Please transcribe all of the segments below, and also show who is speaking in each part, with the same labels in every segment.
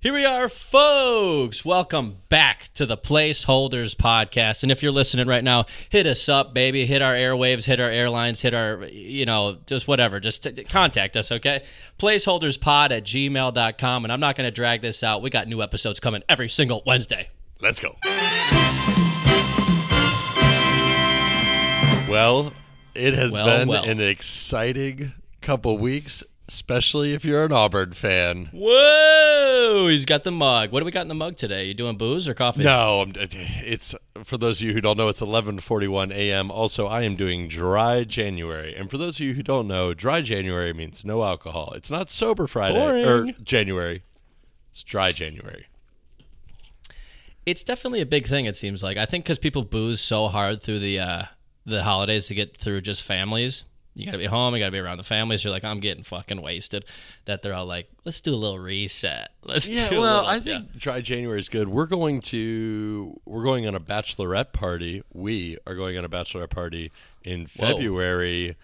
Speaker 1: Here we are, folks. Welcome back to the Placeholders Podcast. And if you're listening right now, hit us up, baby. Hit our airwaves, hit our airlines, hit our, you know, just whatever. Just t- t- contact us, okay? Placeholderspod at gmail.com. And I'm not going to drag this out. We got new episodes coming every single Wednesday.
Speaker 2: Let's go. Well, it has
Speaker 1: Well,
Speaker 2: been
Speaker 1: well.
Speaker 2: an exciting couple weeks, especially if you're an Auburn fan.
Speaker 1: Whoa, he's got the mug. What do we got in the mug today? You doing booze or coffee?
Speaker 2: No, I'm, it's for those of you who don't know, it's 11:41 a.m. Also, I am doing dry January, and for those of you who don't know, dry January means no alcohol. It's not sober Friday or
Speaker 1: Boring.
Speaker 2: January. It's dry January.
Speaker 1: It's definitely a big thing. It seems like I think because people booze so hard through the uh, the holidays to get through just families. You gotta be home. You gotta be around the families. You're like, I'm getting fucking wasted. That they're all like, let's do a little reset. Let's
Speaker 2: Yeah,
Speaker 1: do. a
Speaker 2: well,
Speaker 1: little-
Speaker 2: I think dry January is good. We're going to we're going on a bachelorette party. We are going on a bachelorette party in
Speaker 1: Whoa.
Speaker 2: February.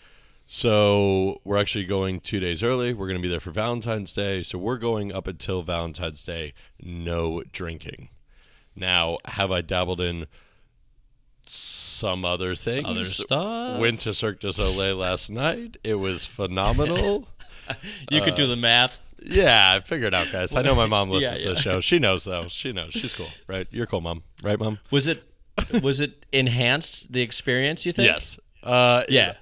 Speaker 2: So we're actually going two days early. We're going to be there for Valentine's Day. So we're going up until Valentine's Day. No drinking. Now, have I dabbled in some other things?
Speaker 1: Other stuff.
Speaker 2: Went to Cirque du Soleil last night. It was phenomenal.
Speaker 1: you could do the math.
Speaker 2: Yeah, I figured it out, guys. I know my mom
Speaker 1: Yeah,
Speaker 2: listens to
Speaker 1: yeah.
Speaker 2: the show. She knows though. She knows. She's cool, right? You're cool, mom. Right, mom?
Speaker 1: Was it was it enhanced the experience? You think?
Speaker 2: Yes. Uh,
Speaker 1: Yeah.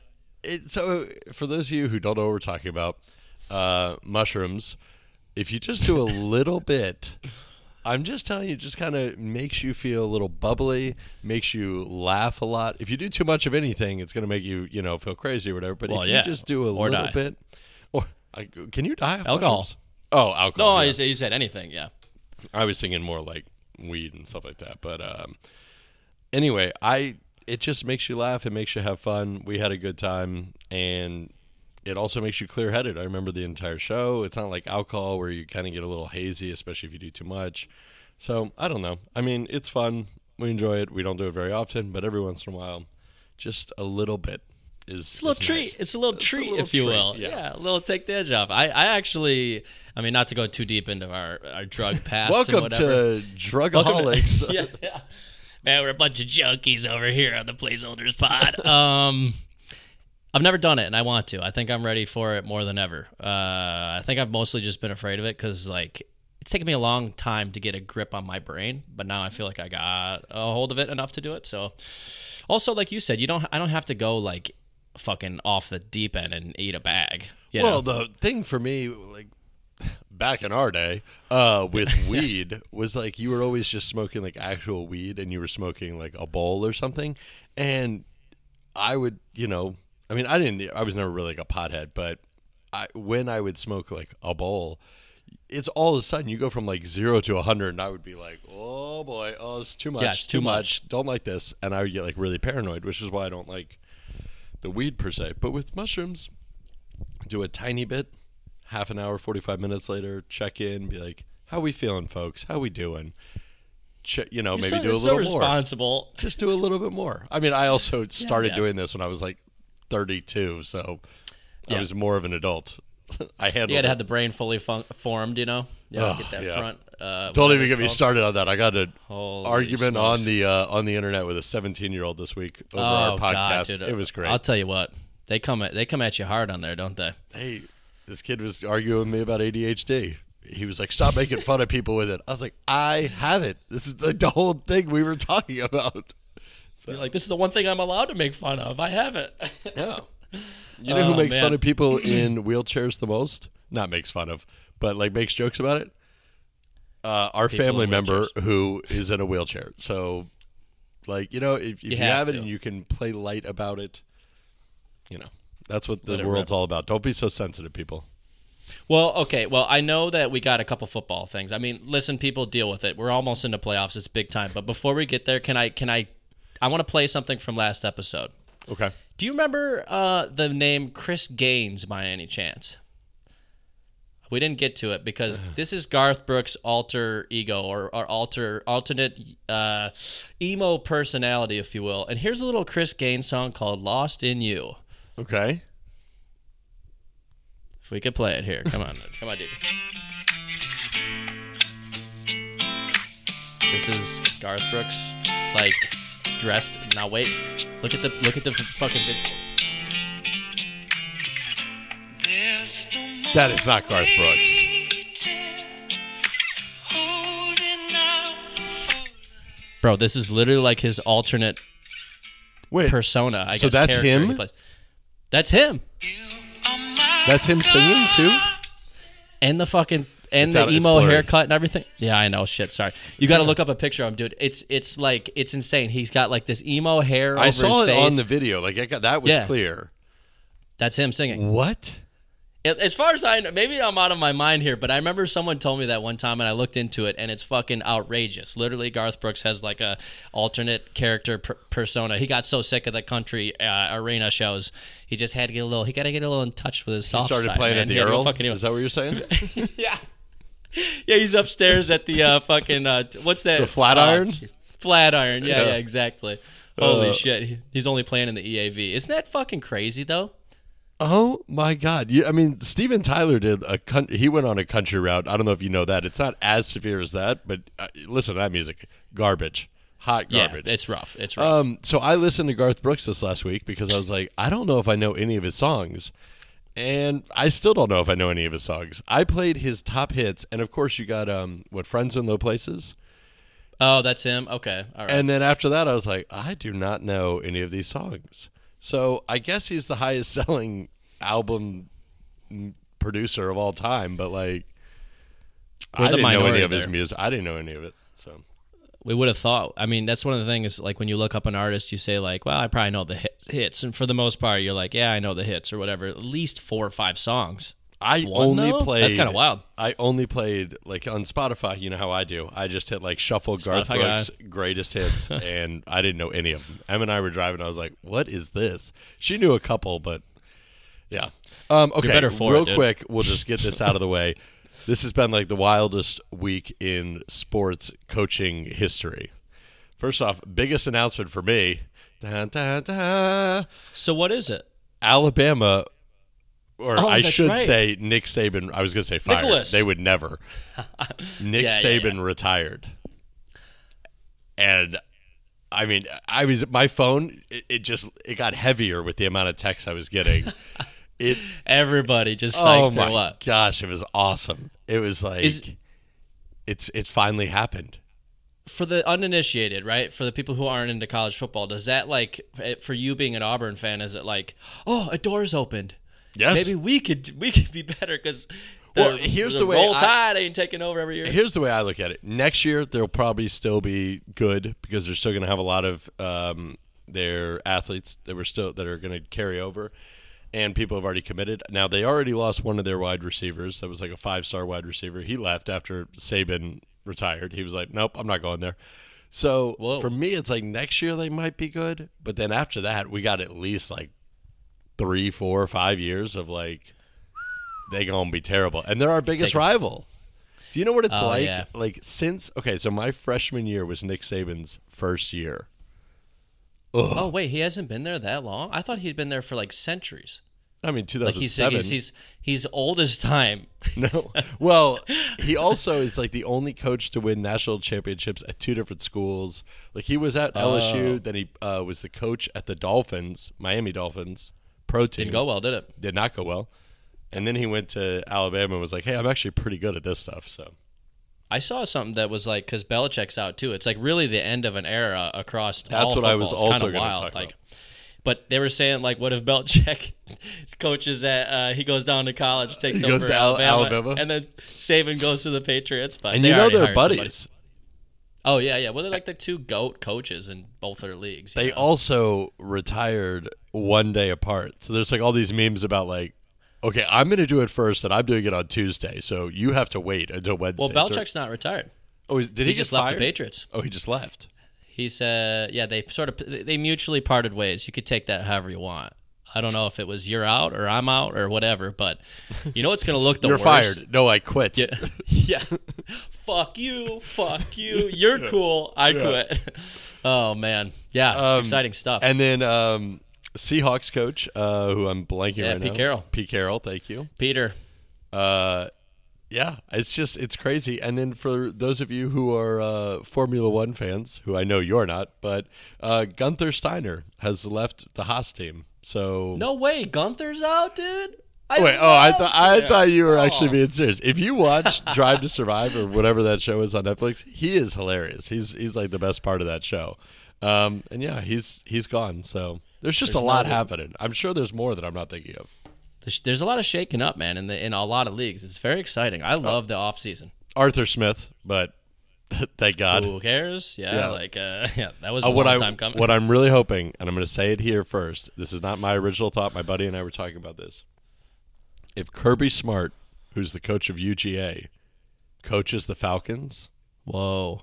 Speaker 2: It, so, for those of you who don't know what we're talking about, uh, mushrooms. If you just do a little bit, I'm just telling you, it just kind of makes you feel a little bubbly, makes you laugh a lot. If you do too much of anything, it's going to make you, you know, feel crazy or whatever. But
Speaker 1: Well,
Speaker 2: if
Speaker 1: yeah.
Speaker 2: you just do a
Speaker 1: Or
Speaker 2: little
Speaker 1: die.
Speaker 2: bit, or I, can you die of
Speaker 1: Alcohol.
Speaker 2: mushrooms? Oh, alcohol.
Speaker 1: No,
Speaker 2: yeah.
Speaker 1: you, said, you said anything. Yeah.
Speaker 2: I was thinking more like weed and stuff like that. But um, anyway, I it just makes you laugh. It makes you have fun. We had a good time, and it also makes you clear headed. I remember the entire show. It's not like alcohol where you kind of get a little hazy, especially if you do too much. So I don't know. I mean, it's fun. We enjoy it. We don't do it very often, but every once in a while, just a little bit is
Speaker 1: It's a little
Speaker 2: is
Speaker 1: treat.
Speaker 2: nice.
Speaker 1: It's a little
Speaker 2: It's a
Speaker 1: treat,
Speaker 2: little
Speaker 1: if you
Speaker 2: treat,
Speaker 1: will.
Speaker 2: yeah.
Speaker 1: Yeah. a little take the edge off. I, I actually, I mean, not to go too deep into our, our drug past. and
Speaker 2: Welcome
Speaker 1: whatever.
Speaker 2: to Drugaholics.
Speaker 1: yeah, yeah. Man, we're a bunch of junkies over here on the placeholders pod. Um, I've never done it, and I want to. I think I'm ready for it more than ever. Uh, I think I've mostly just been afraid of it because, like, it's taken me a long time to get a grip on my brain, but now I feel like I got a hold of it enough to do it. So, also, like you said, you don't. I don't have to go like fucking off the deep end and eat a bag. You
Speaker 2: Well,
Speaker 1: know?
Speaker 2: the thing for me, like back in our day, uh, with weed was like you were always just smoking like actual weed, and you were smoking like a bowl or something. And I would, you know, I mean, I didn't, I was never really like a pothead, but I when I would smoke like a bowl. It's all of a sudden you go from like zero to a hundred, and I would be like, "Oh boy, oh it's too much,
Speaker 1: Yeah, it's too
Speaker 2: much, don't like this," and I would get like really paranoid, which is why I don't like the weed per se. But with mushrooms, do a tiny bit half an hour 45 minutes later check in be like how we feeling folks how we doing che you know maybe
Speaker 1: so,
Speaker 2: do a
Speaker 1: you're so
Speaker 2: little more
Speaker 1: responsible.
Speaker 2: just do a little bit more i mean i also started
Speaker 1: yeah.
Speaker 2: doing this when i was like 32 so
Speaker 1: Yeah.
Speaker 2: i was more of an adult i handled
Speaker 1: You got to
Speaker 2: it.
Speaker 1: have the brain fully fun- formed, you know. Yeah,
Speaker 2: Oh,
Speaker 1: get that
Speaker 2: yeah.
Speaker 1: front. Uh,
Speaker 2: don't
Speaker 1: whatever
Speaker 2: even
Speaker 1: it's
Speaker 2: get me
Speaker 1: called.
Speaker 2: started on that i got an
Speaker 1: Holy
Speaker 2: argument
Speaker 1: smokes.
Speaker 2: on the uh, on the internet with a 17 year old this week over
Speaker 1: Oh
Speaker 2: our
Speaker 1: God,
Speaker 2: podcast
Speaker 1: dude.
Speaker 2: it was great
Speaker 1: I'll tell you what, they come at they come at you hard on there, don't they?
Speaker 2: hey, this kid was arguing with me about ADHD. He was like, stop making fun of people with it. I was like, I have it. This is like the whole thing we were talking about.
Speaker 1: You're like, this is the one thing I'm allowed to make fun of. I have it.
Speaker 2: Yeah. You know
Speaker 1: Oh,
Speaker 2: who makes
Speaker 1: man.
Speaker 2: fun of people in wheelchairs the most? Not makes fun of, but like makes jokes about it? Uh, our
Speaker 1: People in
Speaker 2: family member who is in a wheelchair. So, like, you know, if, if you,
Speaker 1: have
Speaker 2: have, it
Speaker 1: to.
Speaker 2: and you can play light about it, you know, that's what the
Speaker 1: Let it
Speaker 2: world's all about. Don't be so sensitive, people.
Speaker 1: well, okay. Well, I know that we got a couple football things. I mean, listen, people, deal with it. We're almost into playoffs. It's big time. But before we get there, can I can I I want to play something from last episode.
Speaker 2: Okay.
Speaker 1: Do you remember uh, the name Chris Gaines by any chance? We didn't get to it because this is Garth Brooks' alter ego or, or alter alternate uh, emo personality, if you will. And here's a little Chris Gaines song called "Lost in You."
Speaker 2: Okay.
Speaker 1: If we could play it here, come on, come on, dude. This is Garth Brooks, like dressed. Now wait, look at the look at the fucking visuals.
Speaker 2: That is not Garth Brooks.
Speaker 1: Bro, this is literally like his alternate
Speaker 2: Wait,
Speaker 1: persona. I
Speaker 2: So
Speaker 1: guess,
Speaker 2: that's
Speaker 1: character
Speaker 2: him?
Speaker 1: he plays. That's him,
Speaker 2: that's him singing too.
Speaker 1: and the fucking and
Speaker 2: It's
Speaker 1: the
Speaker 2: out- it's
Speaker 1: emo
Speaker 2: blurry.
Speaker 1: haircut and everything. Yeah, I know. Shit, sorry. You got to look up a picture of him, dude. It's it's like it's insane. He's got like this emo hair.
Speaker 2: I
Speaker 1: over
Speaker 2: saw
Speaker 1: his
Speaker 2: it
Speaker 1: face.
Speaker 2: on the video. Like I got that was
Speaker 1: Yeah.
Speaker 2: clear.
Speaker 1: That's him singing.
Speaker 2: What?
Speaker 1: As far as I know, maybe I'm out of my mind here, but I remember someone told me that one time, and I looked into it, and it's fucking outrageous. Literally, Garth Brooks has like a alternate character per- persona. He got so sick of the country uh, arena shows, he just had to get a little. He got to get a little in touch with his soft
Speaker 2: Started
Speaker 1: side,
Speaker 2: playing
Speaker 1: man.
Speaker 2: at the
Speaker 1: He had to go
Speaker 2: Earl.
Speaker 1: fucking do it.
Speaker 2: Is that what you're saying?
Speaker 1: yeah, yeah. He's upstairs at the uh, fucking uh, t- what's that?
Speaker 2: The Flatiron?
Speaker 1: Uh, flat iron. Yeah,
Speaker 2: Yeah.
Speaker 1: yeah, exactly. Holy
Speaker 2: Uh,
Speaker 1: shit, He- he's only playing in the EAV. Isn't that fucking crazy though?
Speaker 2: oh my God! You, I mean, Steven Tyler did a coun- he went on a country route. I don't know if you know that. It's not as severe as that, but uh, listen to that music. Garbage, hot garbage.
Speaker 1: Yeah, it's rough. It's rough.
Speaker 2: Um, so I listened to Garth Brooks this last week because I was like, I don't know if I know any of his songs. And I still don't know if I know any of his songs. I played his top hits, and of course you got um what Friends in Low Places.
Speaker 1: Oh, that's him. Okay, all right.
Speaker 2: And then after that I was like, I do not know any of these songs. So I guess he's the highest selling album m- producer of all time, but like
Speaker 1: We're
Speaker 2: I
Speaker 1: the
Speaker 2: didn't know any
Speaker 1: minority
Speaker 2: of his
Speaker 1: there.
Speaker 2: music. I didn't know any of it. So
Speaker 1: we would have thought. I mean, that's one of the things. Like when you look up an artist, you say like, "Well, I probably know the hits." hits. And for the most part, you're like, "Yeah, I know the hits" or whatever. At least four or five songs.
Speaker 2: I
Speaker 1: One,
Speaker 2: only
Speaker 1: though? That's
Speaker 2: played.
Speaker 1: kinda wild.
Speaker 2: I only played like on Spotify. You know how I do. I just hit like shuffle Garth
Speaker 1: Spotify
Speaker 2: Brooks greatest hits, and I didn't know any of them. Em and I were driving. I was like, "What is this?" She knew a couple, but yeah. Um, okay,
Speaker 1: better for
Speaker 2: real
Speaker 1: it, dude.
Speaker 2: quick, we'll just get this out of the way. This has been like the wildest week in sports coaching history. First off, biggest announcement for me. Dun, dun, dun.
Speaker 1: So what is it?
Speaker 2: Alabama, or
Speaker 1: Oh,
Speaker 2: I
Speaker 1: that's
Speaker 2: should
Speaker 1: right.
Speaker 2: say Nick Saban. I was going to say fired.
Speaker 1: Nicholas.
Speaker 2: They would never. Nick
Speaker 1: Yeah, yeah,
Speaker 2: Saban retired, and I mean, I was my phone. It, it just it got heavier with the amount of texts I was getting. it
Speaker 1: Everybody just
Speaker 2: oh
Speaker 1: psyched
Speaker 2: my
Speaker 1: her up.
Speaker 2: gosh, it was awesome. It was like
Speaker 1: Is-
Speaker 2: it's it's finally happened.
Speaker 1: for the uninitiated, right? For the people who aren't into college football, does that like f- for you being an Auburn fan? Is it like, oh, a door's opened?
Speaker 2: Yes.
Speaker 1: Maybe we could we could be better because the,
Speaker 2: Well, here's the way
Speaker 1: roll
Speaker 2: I-
Speaker 1: tide ain't taking over every year.
Speaker 2: Here's the way I look at it. Next year, they'll probably still be good because they're still going to have a lot of um, their athletes that were still that are going to carry over, and people have already committed. Now they already lost one of their wide receivers. That was like a five star wide receiver. He left after Saban retired. He was like, "Nope, I'm not going there." So
Speaker 1: Whoa.
Speaker 2: for me, it's like next year they might be good, but then after that, we got at least like three, four, five years of like they gonna be terrible, and they're our biggest rival. Do you know what it's
Speaker 1: Oh,
Speaker 2: like?
Speaker 1: yeah.
Speaker 2: Like since okay, so my freshman year was Nick Saban's first year. Ugh.
Speaker 1: Oh wait, he hasn't been there that long. I thought he'd been there for like centuries.
Speaker 2: I mean,
Speaker 1: Like he's
Speaker 2: 2007.
Speaker 1: he's he's, he's old as time.
Speaker 2: no, well, he also is like the only coach to win national championships at two different schools. Like he was
Speaker 1: Oh.
Speaker 2: at LSU, then he uh, was the coach at the Dolphins, Miami Dolphins pro team.
Speaker 1: Didn't go well, did it?
Speaker 2: did not go well. And then he went to Alabama and was like, "Hey, I'm actually pretty good at this stuff." So
Speaker 1: I saw something that was like because Belichick's out too. It's like really the end of an era across.
Speaker 2: That's
Speaker 1: all
Speaker 2: what I was
Speaker 1: football. It's
Speaker 2: also
Speaker 1: kinda
Speaker 2: gonna
Speaker 1: wild.
Speaker 2: talk
Speaker 1: like,
Speaker 2: about.
Speaker 1: But they were saying like, what if Belichick coaches at uh, he goes down to college, takes
Speaker 2: He
Speaker 1: over
Speaker 2: goes to Al-
Speaker 1: Alabama,
Speaker 2: Alabama?
Speaker 1: and then Saban goes to the Patriots. But
Speaker 2: and
Speaker 1: they
Speaker 2: you know
Speaker 1: already
Speaker 2: they're
Speaker 1: hired somebody.
Speaker 2: buddies.
Speaker 1: Oh yeah, yeah. Well, they're like the two goat coaches in both their leagues. you
Speaker 2: They
Speaker 1: know?
Speaker 2: also retired one day apart. So there's like all these memes about like, okay, I'm going to do it first, and I'm doing it on Tuesday. So you have to wait until Wednesday.
Speaker 1: well, Belichick's not retired.
Speaker 2: Oh, is- did
Speaker 1: He,
Speaker 2: he,
Speaker 1: just
Speaker 2: get
Speaker 1: left the
Speaker 2: fired?
Speaker 1: Patriots.
Speaker 2: Oh, he just left.
Speaker 1: He said, yeah, they sort of they mutually parted ways. You could take that however you want. I don't know if it was you're out or I'm out or whatever, but you know it's going to look the
Speaker 2: You're
Speaker 1: worst.
Speaker 2: fired. No, I quit.
Speaker 1: Yeah. yeah. fuck you. Fuck you. You're cool. I quit. oh man. Yeah. it's exciting stuff.
Speaker 2: Um, And then um, Seahawks coach, uh, who I'm blanking
Speaker 1: Yeah,
Speaker 2: right
Speaker 1: Pete
Speaker 2: now,
Speaker 1: Carroll.
Speaker 2: Pete Carroll. Thank you.
Speaker 1: Peter.
Speaker 2: Uh, yeah, it's just it's crazy. And then for those of you who are uh, Formula One fans, who I know you're not, but uh, Gunther Steiner has left the Haas team. So
Speaker 1: No way, Gunther's out, dude. I
Speaker 2: Wait, oh, I
Speaker 1: love-
Speaker 2: thought I
Speaker 1: Yeah.
Speaker 2: thought you were actually
Speaker 1: Oh.
Speaker 2: being serious. If you watch Drive to Survive or whatever that show is on Netflix, he is hilarious. He's he's like the best part of that show. Um, and yeah, he's he's gone. So there's just a lot happening. I'm sure there's more that I'm not thinking of.
Speaker 1: There's- There's a lot of shaking up, man, in the in a lot of leagues. It's very exciting.
Speaker 2: Oh.
Speaker 1: I love the off season.
Speaker 2: Arthur Smith, but thank God.
Speaker 1: Who cares? Yeah,
Speaker 2: Yeah.
Speaker 1: like uh, yeah, that was
Speaker 2: Uh,
Speaker 1: a
Speaker 2: what
Speaker 1: long
Speaker 2: I
Speaker 1: time coming.
Speaker 2: what I'm really hoping, and I'm going to say it here first. This is not my original thought. My buddy and I were talking about this. If Kirby Smart, who's the coach of UGA, coaches the Falcons.
Speaker 1: Whoa,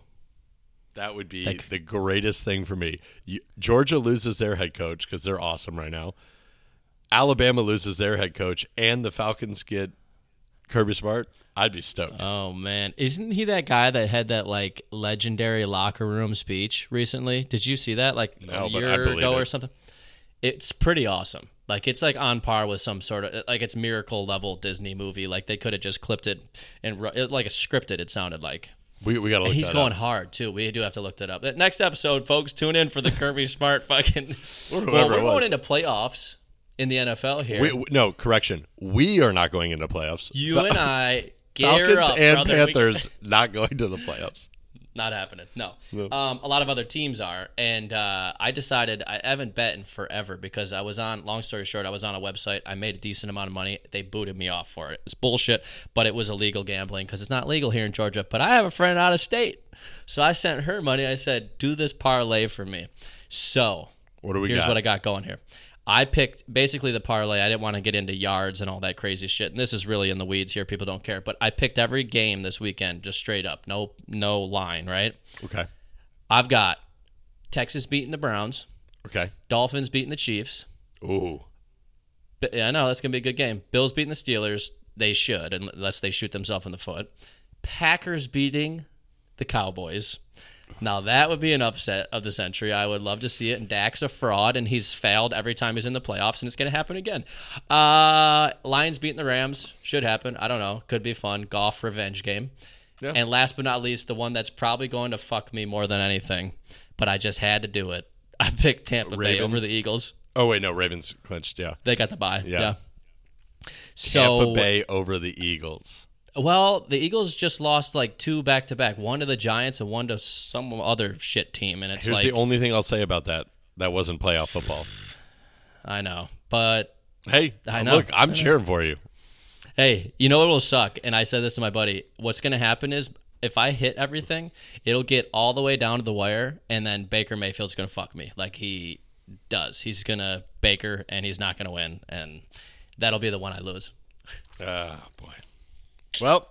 Speaker 2: That would be
Speaker 1: Like-
Speaker 2: the greatest thing for me. You, Georgia loses their head coach because they're awesome right now. Alabama loses their head coach, and the Falcons get Kirby Smart. I'd be stoked.
Speaker 1: oh man, isn't he that guy that had that like legendary locker room speech recently? Did you see that like
Speaker 2: No,
Speaker 1: a
Speaker 2: but I
Speaker 1: year
Speaker 2: believe
Speaker 1: ago
Speaker 2: it.
Speaker 1: or something? It's pretty awesome. Like it's like on par with some sort of like it's miracle level Disney movie. Like they could have just clipped it and ru- it, like scripted. It sounded like.
Speaker 2: we we gotta look.
Speaker 1: He's
Speaker 2: that
Speaker 1: going
Speaker 2: Up.
Speaker 1: hard too. We do have to look that up. Next episode, folks, tune in for the Kirby Smart fucking.
Speaker 2: Whatever
Speaker 1: well, we're
Speaker 2: it was.
Speaker 1: going into playoffs in the NFL here.
Speaker 2: We, we- no correction. We are not going into playoffs.
Speaker 1: you
Speaker 2: Fal-
Speaker 1: and I, gear
Speaker 2: Falcons
Speaker 1: up,
Speaker 2: and
Speaker 1: brother. We-
Speaker 2: Panthers not going to the playoffs.
Speaker 1: not happening. No.
Speaker 2: No.
Speaker 1: Um, a lot of other teams are, and uh, I decided I haven't bet in forever because I was on. Long story short, I was on a website. I made a decent amount of money. They booted me off for it. It's bullshit, but it was illegal gambling because it's not legal here in Georgia. But I have a friend out of state, so I sent her money. I said, "Do this parlay for me." So
Speaker 2: What do we
Speaker 1: here's
Speaker 2: got?
Speaker 1: what I got going here. I picked basically the parlay. I didn't want to get into yards and all that crazy shit. And this is really in the weeds here. People don't care. But I picked every game this weekend, just straight up. No no line, right?
Speaker 2: okay.
Speaker 1: I've got Texas beating the Browns,
Speaker 2: Okay.
Speaker 1: Dolphins beating the Chiefs.
Speaker 2: Ooh.
Speaker 1: But, yeah, I know that's gonna be a good game. Bills beating the Steelers. They should, unless they shoot themselves in the foot. Packers beating the Cowboys. Now that would be an upset of the century. I would love to see it. And Dak's a fraud, and he's failed every time he's in the playoffs, and it's going to happen again. Uh, Lions beating the Rams should happen. I don't know. Could be fun. Golf revenge game.
Speaker 2: Yeah.
Speaker 1: And last but not least, the one that's probably going to fuck me more than anything, but I just had to do it. I picked Tampa Bay over
Speaker 2: Ravens?
Speaker 1: the Eagles.
Speaker 2: Oh wait, no. Ravens clinched. Yeah.
Speaker 1: They got the bye.
Speaker 2: Yeah.
Speaker 1: Yeah.
Speaker 2: Tampa
Speaker 1: So
Speaker 2: Bay over the Eagles.
Speaker 1: well, the Eagles just lost like two back to back, one to the Giants and one to some other shit team, and it's
Speaker 2: Here's
Speaker 1: like
Speaker 2: the only thing I'll say about that. That wasn't playoff football.
Speaker 1: I know, but
Speaker 2: Hey,
Speaker 1: I
Speaker 2: look,
Speaker 1: know.
Speaker 2: I'm cheering for you.
Speaker 1: hey, you know it will suck. And I said this to my buddy. What's gonna happen is if I hit everything, it'll get all the way down to the wire, and then Baker Mayfield's gonna fuck me like he does. He's gonna Baker, and he's not gonna win, and that'll be the one I lose.
Speaker 2: Ah, boy. Well,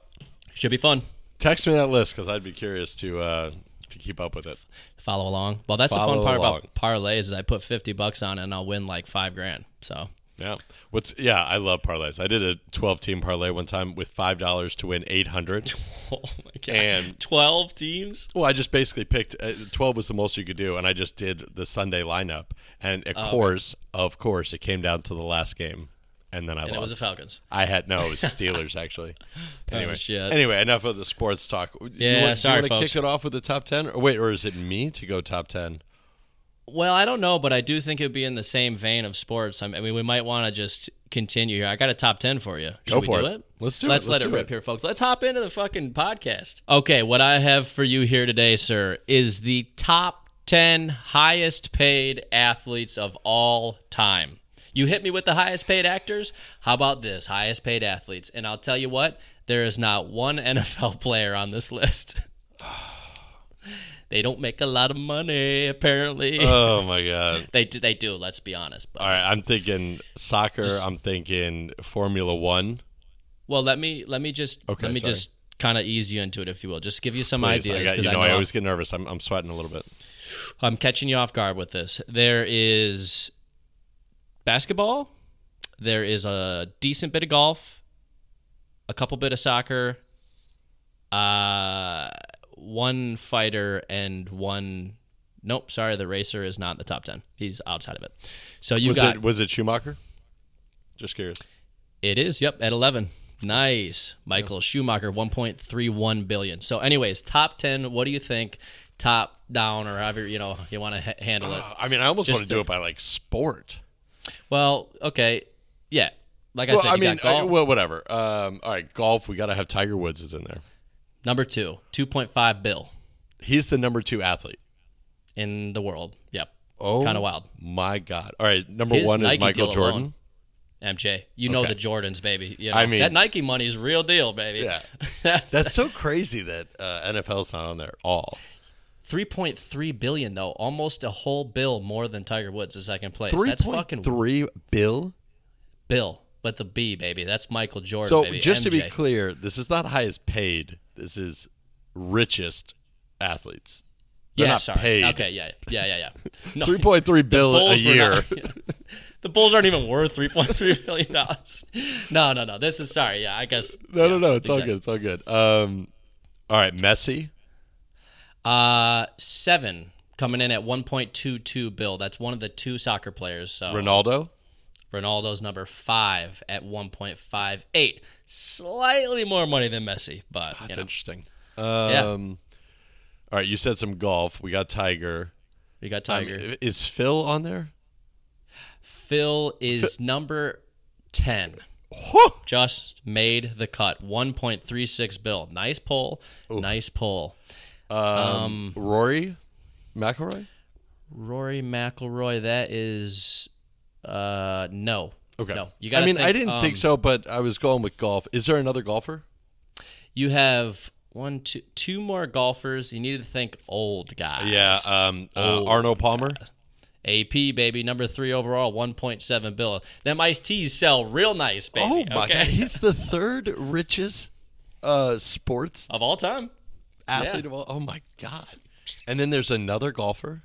Speaker 1: Should be fun.
Speaker 2: text me that list because I'd be curious to uh, to keep up with it.
Speaker 1: follow along. Well, that's the
Speaker 2: Follow
Speaker 1: fun part
Speaker 2: along.
Speaker 1: about parlays is I put fifty bucks on it and I'll win like five grand. So
Speaker 2: Yeah. What's yeah? I love parlays. I did a 12 team parlay one time with five dollars to win 800.
Speaker 1: oh my god,
Speaker 2: And-
Speaker 1: twelve teams.
Speaker 2: Well, I just basically picked uh, 12 was the most you could do, and I just did the Sunday lineup. And of course, of course, it came down to the last game, and then I
Speaker 1: And it was
Speaker 2: lost.
Speaker 1: the Falcons.
Speaker 2: I had no, it was Steelers actually. Anyway,
Speaker 1: shit.
Speaker 2: anyway, enough of the sports talk. You
Speaker 1: Yeah,
Speaker 2: wanna-
Speaker 1: sorry,
Speaker 2: you wanna
Speaker 1: folks.
Speaker 2: Kick it off with the top ten, or wait, or is it me to go top ten?
Speaker 1: Well, I don't know, but I do think it would be in the same vein of sports. I mean, we might want to just continue here. I got a top ten for you. Should
Speaker 2: Go
Speaker 1: we
Speaker 2: for
Speaker 1: do
Speaker 2: it.
Speaker 1: it?
Speaker 2: Let's do it.
Speaker 1: Let's
Speaker 2: Let's
Speaker 1: let it
Speaker 2: do
Speaker 1: rip
Speaker 2: it.
Speaker 1: here, folks. Let's hop into the fucking podcast. Okay, what I have for you here today, sir, is the top ten highest paid athletes of all time. You hit me with the highest paid actors. How about this? Highest paid athletes. And I'll tell you what, there is not one NFL player on this list. they don't make a lot of money, apparently.
Speaker 2: Oh my god!
Speaker 1: They do. They do. Let's be honest. But
Speaker 2: All right, I'm thinking soccer. I'm thinking Formula One.
Speaker 1: well, let me let me just
Speaker 2: Okay,
Speaker 1: let me
Speaker 2: sorry.
Speaker 1: just kind of ease you into it, if you will. Just give you some
Speaker 2: Please, I
Speaker 1: ideas
Speaker 2: got-
Speaker 1: because
Speaker 2: you
Speaker 1: I,
Speaker 2: know,
Speaker 1: know
Speaker 2: I
Speaker 1: I'm-
Speaker 2: always get nervous. I'm, I'm sweating a little bit.
Speaker 1: I'm catching you off guard with this. There is basketball. There is a decent bit of golf, a couple bit of soccer, uh, one fighter and one. Nope, sorry, the racer is not in the top ten. He's outside of it. So you
Speaker 2: was
Speaker 1: got
Speaker 2: it was it Schumacher? Just curious.
Speaker 1: it is. Yep, at eleven. Nice. Michael Schumacher, 1.31 billion. So, anyways, top 10. What do you think? Top down or however you know you want to ha- handle it.
Speaker 2: Uh, I mean, I almost
Speaker 1: Just
Speaker 2: want to do
Speaker 1: the-
Speaker 2: it by like sport.
Speaker 1: Well, okay, yeah. Like I
Speaker 2: well,
Speaker 1: said,
Speaker 2: I
Speaker 1: you
Speaker 2: mean,
Speaker 1: got
Speaker 2: I,
Speaker 1: golf.
Speaker 2: well, whatever. Um, all right, golf. We got to have Tiger Woods is in there.
Speaker 1: number two, 2.5 bill
Speaker 2: He's the number two athlete.
Speaker 1: in the world. Yep.
Speaker 2: Oh,
Speaker 1: Kind of wild.
Speaker 2: My God. All right, number
Speaker 1: His
Speaker 2: one
Speaker 1: Nike
Speaker 2: is Michael
Speaker 1: deal
Speaker 2: Jordan.
Speaker 1: alone. MJ, you know
Speaker 2: Okay.
Speaker 1: the Jordans, baby. You know,
Speaker 2: I mean-
Speaker 1: that Nike money's real deal, baby.
Speaker 2: Yeah.
Speaker 1: That's
Speaker 2: That's so crazy that uh, NFL's not on there at all.
Speaker 1: 3.3 billion though, almost a whole bill more than Tiger Woods is second place.
Speaker 2: Three
Speaker 1: That's
Speaker 2: point
Speaker 1: fucking
Speaker 2: three bill.
Speaker 1: bill, but the B, baby. That's Michael Jordan.
Speaker 2: So
Speaker 1: baby.
Speaker 2: just to be
Speaker 1: MJ.
Speaker 2: clear, this is not highest paid. This is richest athletes. They're
Speaker 1: yeah,
Speaker 2: not
Speaker 1: sorry.
Speaker 2: paid.
Speaker 1: Okay, yeah, yeah, yeah, yeah. No,
Speaker 2: Three point three bill a
Speaker 1: Bulls were
Speaker 2: year.
Speaker 1: not- the Bulls aren't even worth 3.3 billion dollars. No, no, no. This is sorry. Yeah, I guess.
Speaker 2: no, no,
Speaker 1: yeah,
Speaker 2: no. It's
Speaker 1: exactly.
Speaker 2: all good. It's all good. Um, all right, Messi.
Speaker 1: Uh, seven coming in at 1.22 bill. That's one of the two soccer players. So
Speaker 2: Ronaldo.
Speaker 1: Ronaldo's number five at 1.58. Slightly more money than Messi, but you
Speaker 2: That's
Speaker 1: know,
Speaker 2: interesting. Um, All right, you said some golf. We got Tiger.
Speaker 1: we got
Speaker 2: Um,
Speaker 1: Tiger.
Speaker 2: is Phil on there?
Speaker 1: Phil is number 10. Just made the cut. 1.36 bill. Nice pull. Nice pull.
Speaker 2: Um,
Speaker 1: Mm-hmm.
Speaker 2: Rory McIlroy.
Speaker 1: Rory McIlroy, that is uh no.
Speaker 2: Okay.
Speaker 1: No. You uh, um, got
Speaker 2: I mean, I didn't think so, but I was going with golf. Is there another golfer?
Speaker 1: You have one two two more golfers. You need to think old guys.
Speaker 2: Um,
Speaker 1: Oh,
Speaker 2: Arno Palmer.
Speaker 1: AP baby, number three overall, one point seven bill. Them iced teas sell real nice, baby.
Speaker 2: Oh my
Speaker 1: okay?
Speaker 2: god, he's the third richest uh, sports
Speaker 1: Of all time.
Speaker 2: athlete of all. Oh my god! And then there's another golfer.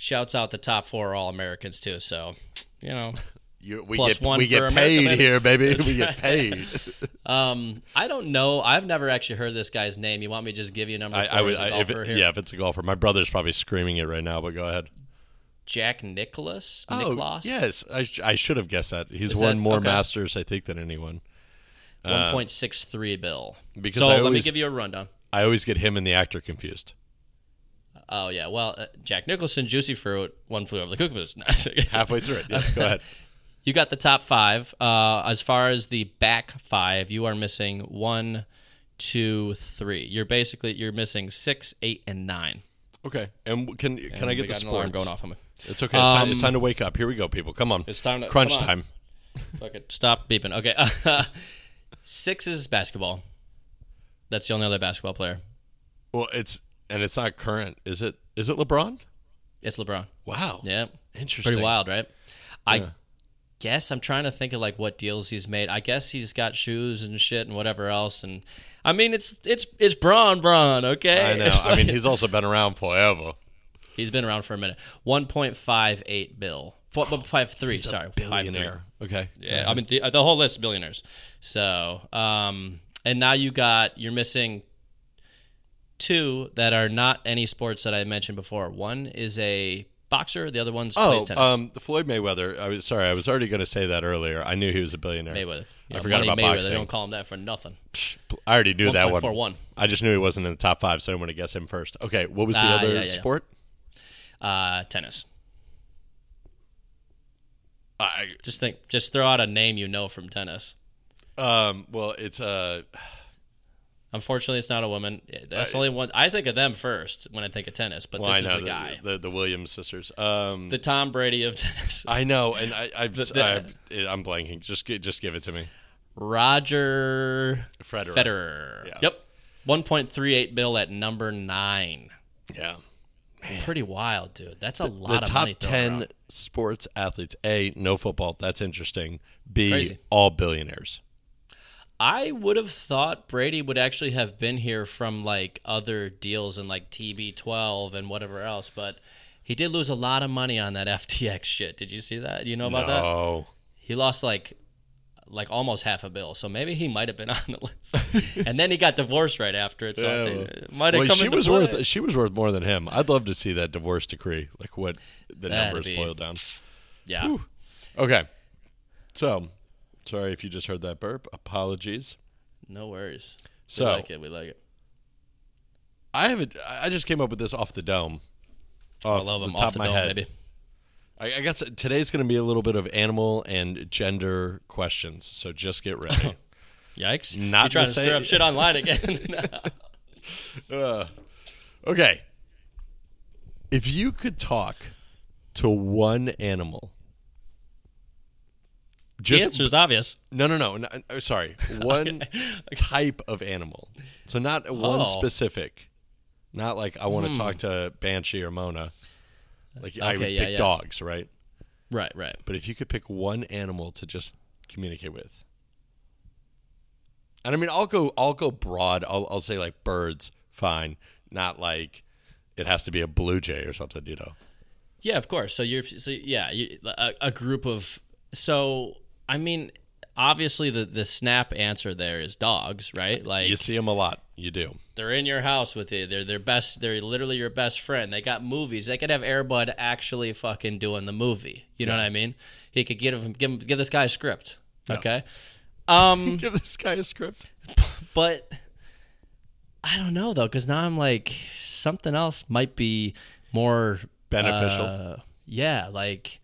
Speaker 1: Shouts out the top four all Americans too, so you know.
Speaker 2: You, we
Speaker 1: Plus
Speaker 2: get,
Speaker 1: one
Speaker 2: we
Speaker 1: for
Speaker 2: get
Speaker 1: America,
Speaker 2: paid
Speaker 1: baby.
Speaker 2: here, baby. We get paid.
Speaker 1: Um, I don't know. I've never actually heard this guy's name. You want me to just give you number
Speaker 2: I,
Speaker 1: four
Speaker 2: I would,
Speaker 1: as a
Speaker 2: I, if
Speaker 1: golfer
Speaker 2: it,
Speaker 1: here?
Speaker 2: yeah, if it's a golfer, my brother's probably screaming it right now. But go ahead.
Speaker 1: Jack Nicholas.
Speaker 2: Oh,
Speaker 1: Nicklaus?
Speaker 2: yes, I, sh- I should have guessed that. He's
Speaker 1: Is
Speaker 2: won
Speaker 1: that-
Speaker 2: more
Speaker 1: okay.
Speaker 2: Masters, I think, than anyone.
Speaker 1: One point six three bill.
Speaker 2: uh, because
Speaker 1: so
Speaker 2: I
Speaker 1: let me
Speaker 2: always-
Speaker 1: give you a rundown.
Speaker 2: I always get him and the actor confused.
Speaker 1: Oh yeah, well, uh, Jack Nicholson, Juicy Fruit, One Flew Over the Cuckoo's
Speaker 2: Halfway through it, yes, go ahead.
Speaker 1: You got the top five. Uh, as far as the back five, you are missing one, two, three. You're basically you're missing six, eight, and nine.
Speaker 2: Okay, and can can I
Speaker 1: We
Speaker 2: get the
Speaker 1: got an
Speaker 2: sports?
Speaker 1: alarm going off on me?
Speaker 2: It's okay. It's, time, it's time to wake up. Here we go, people. Come on.
Speaker 1: It's time to-
Speaker 2: crunch
Speaker 1: come on.
Speaker 2: time.
Speaker 1: Fuck it. Stop beeping. Okay. Six is basketball. That's the only other basketball player.
Speaker 2: Well, it's and it's not current, is it? Is it LeBron?
Speaker 1: It's LeBron.
Speaker 2: Wow.
Speaker 1: Yeah.
Speaker 2: Interesting.
Speaker 1: Pretty wild, right? I guess I'm trying to think of like what deals he's made. I guess he's got shoes and shit and whatever else. And I mean, it's it's it's Braun Braun. Okay.
Speaker 2: I know.
Speaker 1: It's
Speaker 2: I mean,
Speaker 1: like-
Speaker 2: he's also been around forever.
Speaker 1: he's been around for a minute. One point five eight bill. Four, five three. sorry.
Speaker 2: Billionaire. Okay.
Speaker 1: Yeah, I mean the, the whole list of billionaires. So, um, and now you got you're missing two that are not any sports that I mentioned before. One is a boxer, the other one's
Speaker 2: Oh,
Speaker 1: plays tennis.
Speaker 2: um, Floyd Mayweather. I was sorry. I was already going to say that earlier. I knew he was a billionaire.
Speaker 1: Mayweather. You
Speaker 2: I forgot
Speaker 1: Money
Speaker 2: about
Speaker 1: Mayweather.
Speaker 2: boxing.
Speaker 1: They don't call him that for nothing.
Speaker 2: I already knew that one.
Speaker 1: 1.41.
Speaker 2: I just knew he wasn't in the top five, so I didn't want to guess him first. Okay. What was the
Speaker 1: Ah,
Speaker 2: other
Speaker 1: yeah, yeah.
Speaker 2: sport?
Speaker 1: Uh, tennis.
Speaker 2: I,
Speaker 1: Just think. Just throw out a name you know from tennis.
Speaker 2: um. Well, it's uh.
Speaker 1: Unfortunately, it's not a woman. That's the only one. I think of them first when I think of tennis, but
Speaker 2: Well, I
Speaker 1: this
Speaker 2: know
Speaker 1: is the,
Speaker 2: the,
Speaker 1: guy,
Speaker 2: the the Williams sisters. Um.
Speaker 1: the Tom Brady of tennis,
Speaker 2: I know, and I, I've,
Speaker 1: the-
Speaker 2: I, I'm blanking. Just gi- just give it to me.
Speaker 1: Roger
Speaker 2: Federer.
Speaker 1: Federer.
Speaker 2: Yeah.
Speaker 1: Yep. 1.38 bill at number nine.
Speaker 2: Yeah.
Speaker 1: Pretty wild, dude. That's a
Speaker 2: The
Speaker 1: lot of
Speaker 2: top
Speaker 1: money. thrown
Speaker 2: ten
Speaker 1: around.
Speaker 2: sports athletes: A, no football. That's interesting. B,
Speaker 1: Crazy.
Speaker 2: all billionaires.
Speaker 1: I would have thought Brady would actually have been here from like other deals and like TB12 and whatever else, but he did lose a lot of money on that FTX shit. Did you see that? You know about that?
Speaker 2: Oh,
Speaker 1: He lost like like almost half a bill, so maybe he might have been on the list. and then he got divorced right after it, so I think it might have
Speaker 2: well,
Speaker 1: come
Speaker 2: she
Speaker 1: into
Speaker 2: was
Speaker 1: play.
Speaker 2: worth she was worth more than him. I'd love to see that divorce decree, like what the
Speaker 1: That'd
Speaker 2: numbers
Speaker 1: be-
Speaker 2: boiled down.
Speaker 1: Yeah.
Speaker 2: Okay, so Sorry if you just heard that burp. Apologies.
Speaker 1: No worries.
Speaker 2: So-
Speaker 1: we like it. We like it.
Speaker 2: I haven't. I I just came up with this off the dome.
Speaker 1: I
Speaker 2: Off
Speaker 1: love them
Speaker 2: top
Speaker 1: off
Speaker 2: of
Speaker 1: the
Speaker 2: my
Speaker 1: dome,
Speaker 2: head.
Speaker 1: baby.
Speaker 2: I, I guess today's going to be a little bit of animal and gender questions. So just get ready.
Speaker 1: Yikes!
Speaker 2: Not
Speaker 1: you trying
Speaker 2: to
Speaker 1: to
Speaker 2: say-
Speaker 1: stir up shit online again?
Speaker 2: Uh, okay. If you could talk to one animal,
Speaker 1: the
Speaker 2: just
Speaker 1: answer's obvious.
Speaker 2: no, no, no. no uh, sorry, one type of animal. So not one
Speaker 1: Oh.
Speaker 2: specific. Not like I want to talk to Banshee or Mona. Like I
Speaker 1: Okay,
Speaker 2: would
Speaker 1: yeah,
Speaker 2: pick
Speaker 1: yeah.
Speaker 2: dogs, right?
Speaker 1: Right, right.
Speaker 2: But if you could pick one animal to just communicate with, and I mean, I'll go, I'll go broad. I'll, I'll say like birds, fine. Not like it has to be a blue jay or something, you know.
Speaker 1: Yeah, of course. So you're so yeah, you, a, a group of so I mean, obviously the the snap answer there is dogs, right? Like
Speaker 2: You see them a lot. You do.
Speaker 1: they're in your house with you. They're their best. They're literally your best friend. They got movies. They could have Airbud actually fucking doing the movie. You know what I mean? He could give him give him give this guy a script. Okay. Um,
Speaker 2: Give this guy a script.
Speaker 1: but I don't know though, because now I'm like something else might be more
Speaker 2: Beneficial.
Speaker 1: uh, yeah, like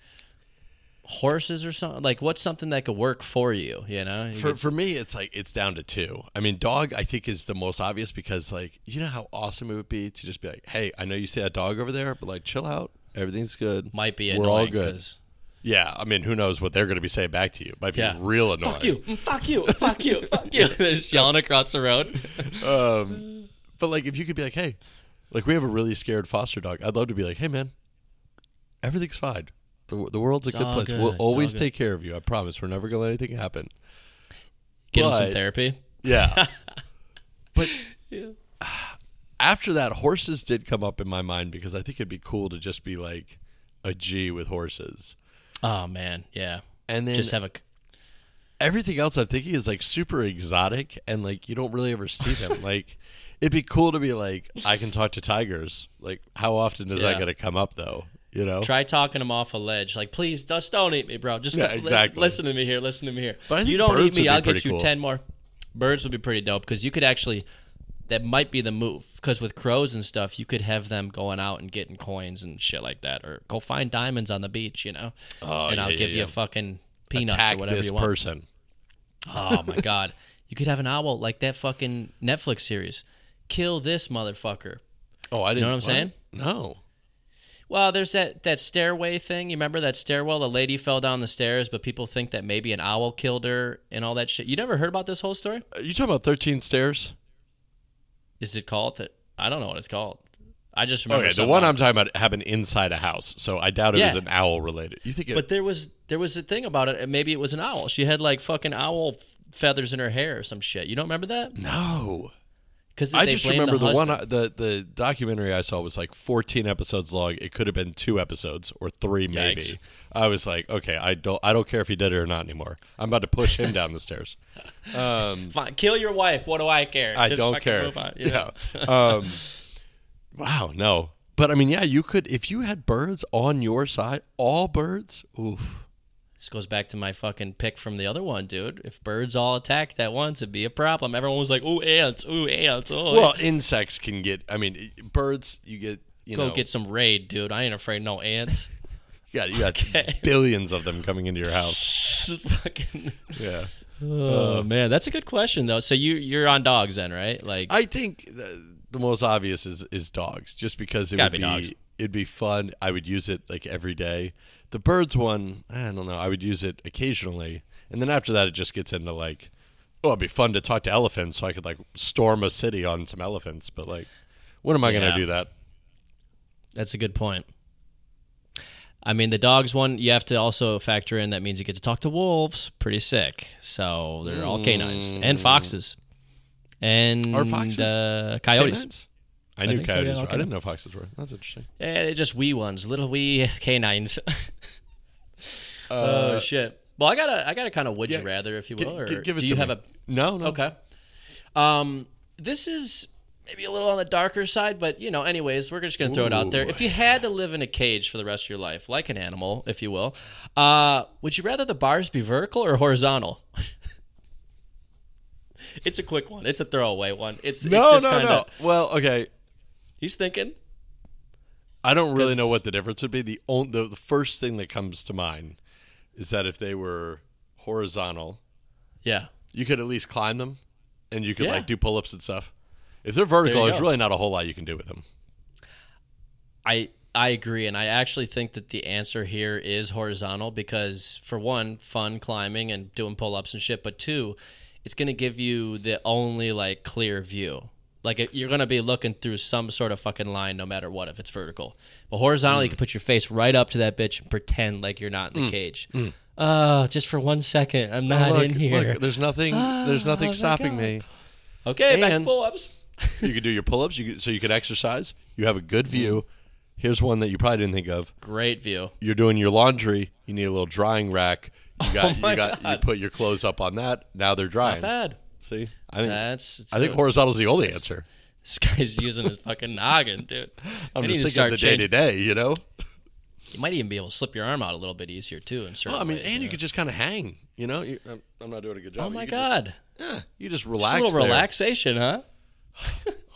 Speaker 1: horses or something. Like what's something that could work for you? You know, You
Speaker 2: For,
Speaker 1: could-
Speaker 2: for me, it's like it's down to two. I mean, dog, I think is the most obvious because, like, you know how awesome it would be to just be like, "Hey, I know you see that dog over there, but like, chill out. Everything's good.
Speaker 1: might be
Speaker 2: We're all
Speaker 1: annoying
Speaker 2: good.
Speaker 1: 'cause-
Speaker 2: Yeah, I mean, who knows what they're going to be saying back to you? Might be
Speaker 1: Yeah.
Speaker 2: real annoying.
Speaker 1: Fuck you! Fuck you! Fuck you! Fuck you! They're just yelling across the road.
Speaker 2: Um, but like, if you could be like, hey, like we have a really scared foster dog, I'd love to be like, hey, man, everything's fine. The, the world's a good
Speaker 1: all
Speaker 2: place.
Speaker 1: good.
Speaker 2: We'll
Speaker 1: It's all
Speaker 2: always
Speaker 1: good."
Speaker 2: take care of you. I promise. We're never gonna let anything happen.
Speaker 1: Get them some
Speaker 2: But-
Speaker 1: therapy.
Speaker 2: Yeah. but after that, horses did come up in my mind because I think it'd be cool to just be like a G with horses,
Speaker 1: Oh man, yeah.
Speaker 2: and then
Speaker 1: Just have a
Speaker 2: everything else I'm thinking is like super exotic and like you don't really ever see them. like it'd be cool to be like, I can talk to tigers. Like how often is that
Speaker 1: Yeah.
Speaker 2: gonna come up though? You know?
Speaker 1: try talking them off a ledge. Like, please, just don't eat me, bro. Just
Speaker 2: Yeah,
Speaker 1: don't- listen,
Speaker 2: exactly.
Speaker 1: listen to me here. Listen to me here.
Speaker 2: But I think
Speaker 1: you don't
Speaker 2: birds
Speaker 1: eat
Speaker 2: would be
Speaker 1: me, I'll
Speaker 2: pretty
Speaker 1: get you
Speaker 2: cool.
Speaker 1: ten more. Birds would be pretty dope because you could actually. That might be the move because with crows and stuff, you could have them going out and getting coins and shit like that, or go find diamonds on the beach, you know.
Speaker 2: Oh,
Speaker 1: and I'll
Speaker 2: yeah,
Speaker 1: give
Speaker 2: yeah,
Speaker 1: you
Speaker 2: yeah.
Speaker 1: a fucking peanuts
Speaker 2: Attack
Speaker 1: or whatever
Speaker 2: this
Speaker 1: you want.
Speaker 2: person.
Speaker 1: Oh my god, you could have an owl like that fucking Netflix series. Kill this motherfucker.
Speaker 2: Oh, I didn't.
Speaker 1: know what I'm saying?
Speaker 2: No.
Speaker 1: Well, there's that that stairway thing. You remember that stairwell? The lady fell down the stairs, but people think that maybe an owl killed her and all that shit. You never heard about this whole story?
Speaker 2: Are you talking about 13 stairs?
Speaker 1: Is it called that? I don't know what it's called. I just remember
Speaker 2: Okay, the
Speaker 1: something
Speaker 2: one
Speaker 1: about-
Speaker 2: I'm talking about happened inside a house, so I doubt it was
Speaker 1: Yeah.
Speaker 2: an owl related. You think it?
Speaker 1: But there was there was a thing about it. and Maybe it was an owl. She had like fucking owl f- feathers in her hair or some shit. You don't remember that?
Speaker 2: no.
Speaker 1: Because
Speaker 2: I just remember the, one I- the the documentary I saw was like 14 episodes long. It could have been two episodes or three maybe.
Speaker 1: Yikes.
Speaker 2: I was like, okay, I don't I don't care if he did it or not anymore. I'm about to push him down the stairs. Um,
Speaker 1: Fine, kill your wife. What do I care?
Speaker 2: I
Speaker 1: Just
Speaker 2: don't
Speaker 1: fucking
Speaker 2: care.
Speaker 1: move on, you know?
Speaker 2: Yeah. Um, wow, no. But I mean, yeah, you could if you had birds on your side, all birds. Oof.
Speaker 1: This goes back to my fucking pick from the other one, dude. If birds all attacked at once, it'd be a problem. Everyone was like, "Ooh, ants! Ooh, ants! Oh,
Speaker 2: Well, insects can get. I mean, i- birds. You get. You
Speaker 1: go
Speaker 2: know,
Speaker 1: get some raid, dude. I ain't afraid of no ants."
Speaker 2: You got, you got billions of them coming into your house.
Speaker 1: Fucking-
Speaker 2: Yeah.
Speaker 1: oh man, that's a good question though. So you you're on dogs then, right? Like,
Speaker 2: I think the, the most obvious is is dogs, just because it
Speaker 1: Gotta
Speaker 2: would
Speaker 1: be
Speaker 2: be,
Speaker 1: dogs.
Speaker 2: it'd be fun. I would use it like every day. The birds one, I don't know. I would use it occasionally, and then after that, it just gets into like, oh, it'd be fun to talk to elephants, so I could like storm a city on some elephants. But like, when am I going
Speaker 1: Yeah.
Speaker 2: to do that?
Speaker 1: that's a good point. I mean, the dogs one you have to also factor in. That means you get to talk to wolves. Pretty sick. So they're all canines and foxes, and
Speaker 2: Are foxes
Speaker 1: uh, coyotes.
Speaker 2: Canines? I knew
Speaker 1: think so, yeah,
Speaker 2: coyotes.
Speaker 1: all
Speaker 2: were. I didn't know foxes were. That's interesting.
Speaker 1: Eh, they're just wee ones, little wee canines.
Speaker 2: Uh,
Speaker 1: oh shit! Well, I got a, I got a kind of would
Speaker 2: yeah.
Speaker 1: you rather, if you
Speaker 2: gi-
Speaker 1: will.
Speaker 2: gi-
Speaker 1: or
Speaker 2: give it
Speaker 1: do
Speaker 2: to
Speaker 1: you
Speaker 2: me.
Speaker 1: have a
Speaker 2: no, no.
Speaker 1: okay? Um, this is maybe a little on the darker side, but you know, anyways, we're just gonna throw it out there.
Speaker 2: Ooh.
Speaker 1: If you had to live in a cage for the rest of your life, like an animal, if you will, uh, would you rather the bars be vertical or horizontal? it's a quick one. It's a throwaway one. It's
Speaker 2: No,
Speaker 1: it's just
Speaker 2: no,
Speaker 1: kinda,
Speaker 2: no. Well, okay.
Speaker 1: He's thinking.
Speaker 2: I don't really
Speaker 1: 'Cause-
Speaker 2: know what the difference would be. The, on, the the first thing that comes to mind is that if they were horizontal,
Speaker 1: Yeah.
Speaker 2: you could at least climb them, and you could
Speaker 1: Yeah.
Speaker 2: like do pull ups and stuff. If they're vertical,
Speaker 1: you
Speaker 2: there's
Speaker 1: go.
Speaker 2: really not a whole lot you can do with them.
Speaker 1: I I agree, and I actually think that the answer here is horizontal because for one, fun climbing and doing pull ups and shit, but two, it's gonna give you the only like clear view. Like it- you're gonna be looking through some sort of fucking line, no matter what, if it's vertical. But horizontal,
Speaker 2: Mm.
Speaker 1: you can put your face right up to that bitch and pretend like you're not in the cage. Oh, just for one second, I'm not
Speaker 2: Mm. Oh, look,
Speaker 1: in here. Ah,
Speaker 2: look, there's nothing. There's nothing stopping me.
Speaker 1: Okay, back to
Speaker 2: and-
Speaker 1: pull ups.
Speaker 2: You could do your pull ups. You could, so you could exercise. You have a good
Speaker 1: Mm-hmm.
Speaker 2: view. Here's one that you probably didn't think of.
Speaker 1: Great view.
Speaker 2: You're doing your laundry. You need a little drying rack. You got.
Speaker 1: Oh my
Speaker 2: you got. You
Speaker 1: God.
Speaker 2: put your clothes up on that. Now they're drying.
Speaker 1: Bad.
Speaker 2: See, I think.
Speaker 1: That's. it's
Speaker 2: I think
Speaker 1: good.
Speaker 2: horizontal's the only answer.
Speaker 1: This guy's using his fucking noggin, dude.
Speaker 2: I'm
Speaker 1: They need to
Speaker 2: just thinking
Speaker 1: start
Speaker 2: of the day
Speaker 1: changing-
Speaker 2: to day, you know.
Speaker 1: You might even be able to slip your arm out a little bit easier too. In certain
Speaker 2: Well, I mean,
Speaker 1: ways,
Speaker 2: and
Speaker 1: yeah.
Speaker 2: you could just kind of hang, you know. You, I'm, I'm not doing a good job.
Speaker 1: Oh my
Speaker 2: You could
Speaker 1: god,
Speaker 2: just- yeah, you just
Speaker 1: Just
Speaker 2: relax.
Speaker 1: a little
Speaker 2: there.
Speaker 1: relaxation, huh?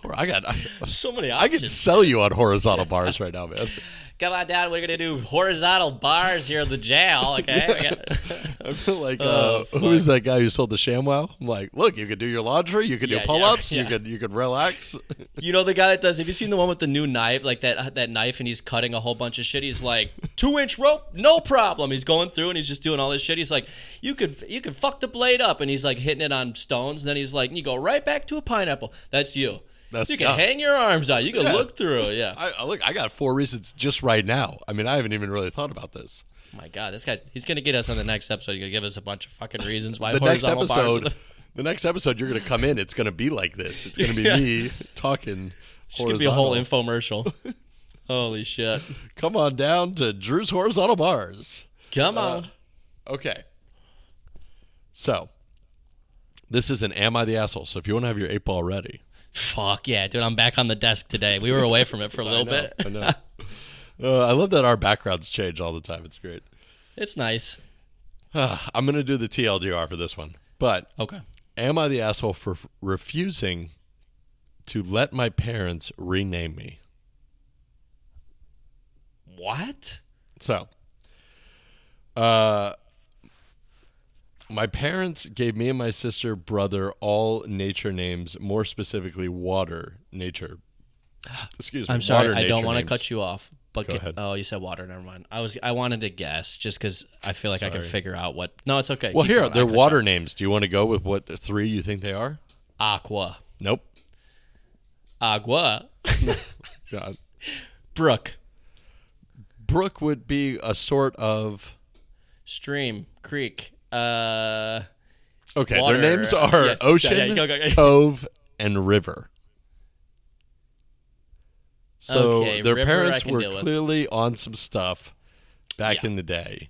Speaker 2: Or I got. I,
Speaker 1: So many
Speaker 2: I could
Speaker 1: options.
Speaker 2: sell you on horizontal bars right now, man.
Speaker 1: Come on down. We're gonna do horizontal bars here at the jail. Okay. We got-
Speaker 2: I feel like uh,
Speaker 1: Oh,
Speaker 2: who is that guy who sold the ShamWow? I'm like, look, you could do your laundry, you could
Speaker 1: Yeah,
Speaker 2: do
Speaker 1: yeah,
Speaker 2: pull-ups, you
Speaker 1: yeah.
Speaker 2: could you could relax.
Speaker 1: you know the guy that does. Have you seen the one with the new knife, like that that knife, and he's cutting a whole bunch of shit. He's like two inch rope, no problem. He's going through and he's just doing all this shit. He's like, you could you could fuck the blade up, and he's like hitting it on stones. And then he's like, you go right back to a pineapple. That's you.
Speaker 2: That's
Speaker 1: you can
Speaker 2: yeah.
Speaker 1: hang your arms out. You can
Speaker 2: Yeah.
Speaker 1: look through. Yeah.
Speaker 2: I, I look, I got four reasons just right now. I mean, I haven't even really thought about this.
Speaker 1: Oh My God, this guy—he's gonna get us on the next episode. He's gonna give us a bunch of fucking reasons why
Speaker 2: The next
Speaker 1: horizontal bars-
Speaker 2: episode, the next episode, you're gonna come in. It's gonna be like this. It's gonna be
Speaker 1: Yeah.
Speaker 2: me talking.
Speaker 1: It's gonna be a whole
Speaker 2: horizontal.
Speaker 1: infomercial. Holy shit!
Speaker 2: Come on down to Drew's horizontal bars.
Speaker 1: Come
Speaker 2: Uh,
Speaker 1: on.
Speaker 2: Okay. So, this is an Am I the Asshole? So, if you want to have your eight ball ready.
Speaker 1: Fuck yeah, dude! I'm back on the desk today. We were away from it for a little bit.
Speaker 2: I know. Uh, I love that our backgrounds change all the time. It's great.
Speaker 1: It's nice.
Speaker 2: Ah, I'm going to do the TLDR for this one. But
Speaker 1: Okay.
Speaker 2: am I the asshole for f- refusing to let my parents rename me?
Speaker 1: What?
Speaker 2: So, uh, my parents gave me and my sister, brother, all nature names, more specifically, water nature. Excuse me.
Speaker 1: I'm sorry.
Speaker 2: water
Speaker 1: I don't
Speaker 2: nature
Speaker 1: want to
Speaker 2: names.
Speaker 1: cut you off. But
Speaker 2: Go
Speaker 1: ca-
Speaker 2: ahead.
Speaker 1: oh, you said water. Never mind. I was—I wanted to guess just because I feel like I can
Speaker 2: Sorry.
Speaker 1: figure out what. No, it's okay.
Speaker 2: Well,
Speaker 1: Keep
Speaker 2: here,
Speaker 1: going. I
Speaker 2: they're
Speaker 1: cut you
Speaker 2: water
Speaker 1: off.
Speaker 2: names. Do you want to go with what the three you think they are?
Speaker 1: Aqua,
Speaker 2: Nope.
Speaker 1: agua,
Speaker 2: God.
Speaker 1: brook,
Speaker 2: Brook would be a sort of.
Speaker 1: stream, creek. Uh.
Speaker 2: Okay,
Speaker 1: Water,
Speaker 2: their names
Speaker 1: uh,
Speaker 2: are
Speaker 1: yeah,
Speaker 2: Ocean,
Speaker 1: yeah, yeah, go, go, go.
Speaker 2: Cove, and River. So
Speaker 1: Okay,
Speaker 2: their
Speaker 1: River I
Speaker 2: parents
Speaker 1: can
Speaker 2: were
Speaker 1: deal with.
Speaker 2: clearly on some stuff back
Speaker 1: Yeah.
Speaker 2: in the day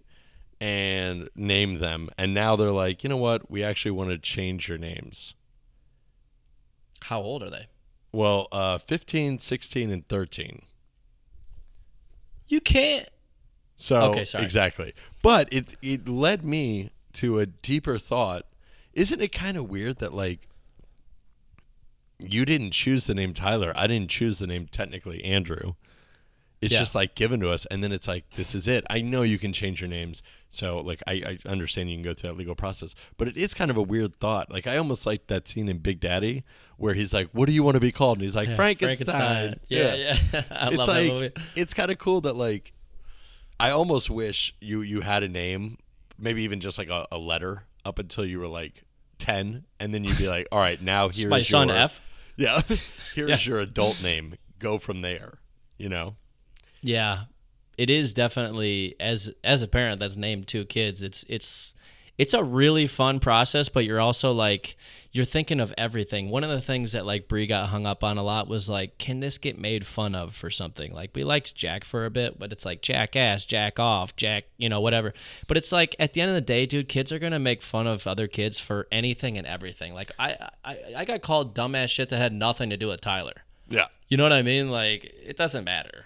Speaker 2: and named them. And now they're like, you know what? We actually want to change your names.
Speaker 1: How old are they?
Speaker 2: Well, uh, 15, 16, and 13.
Speaker 1: You can't.
Speaker 2: So
Speaker 1: Okay, sorry.
Speaker 2: exactly. But it it led me to a deeper thought. Isn't it kind of weird that like you didn't choose the name Tyler. I didn't choose the name technically Andrew. It's
Speaker 1: Yeah.
Speaker 2: just like given to us and then it's like this is it. I know you can change your names. So like I, I understand you can go through that legal process. But it is kind of a weird thought. Like I almost like that scene in Big Daddy where he's like, What do you want to be called? And he's like, Frankenstein.
Speaker 1: Yeah, yeah. I
Speaker 2: it's
Speaker 1: love
Speaker 2: like
Speaker 1: that movie.
Speaker 2: it's kind of cool that like I almost wish you you had a name, maybe even just like a, a letter up until you were like ten, and then you'd be like, all right, now here's
Speaker 1: My son
Speaker 2: your,
Speaker 1: F.
Speaker 2: Yeah, here's your adult name. Go from there. You know.
Speaker 1: Yeah, it is definitely as as a parent that's named two kids. It's it's it's a really fun process, but you're also like you're thinking of everything. One of the things that like Brie got hung up on a lot was like, can this get made fun of for something? Like we liked Jack for a bit, but it's like jackass, jack off, jack, you know, whatever. But it's like at the end of the day, dude, kids are gonna make fun of other kids for anything and everything. Like I I, I got called dumbass shit that had nothing to do with Tyler.
Speaker 2: Yeah.
Speaker 1: You know what I mean? Like it doesn't matter.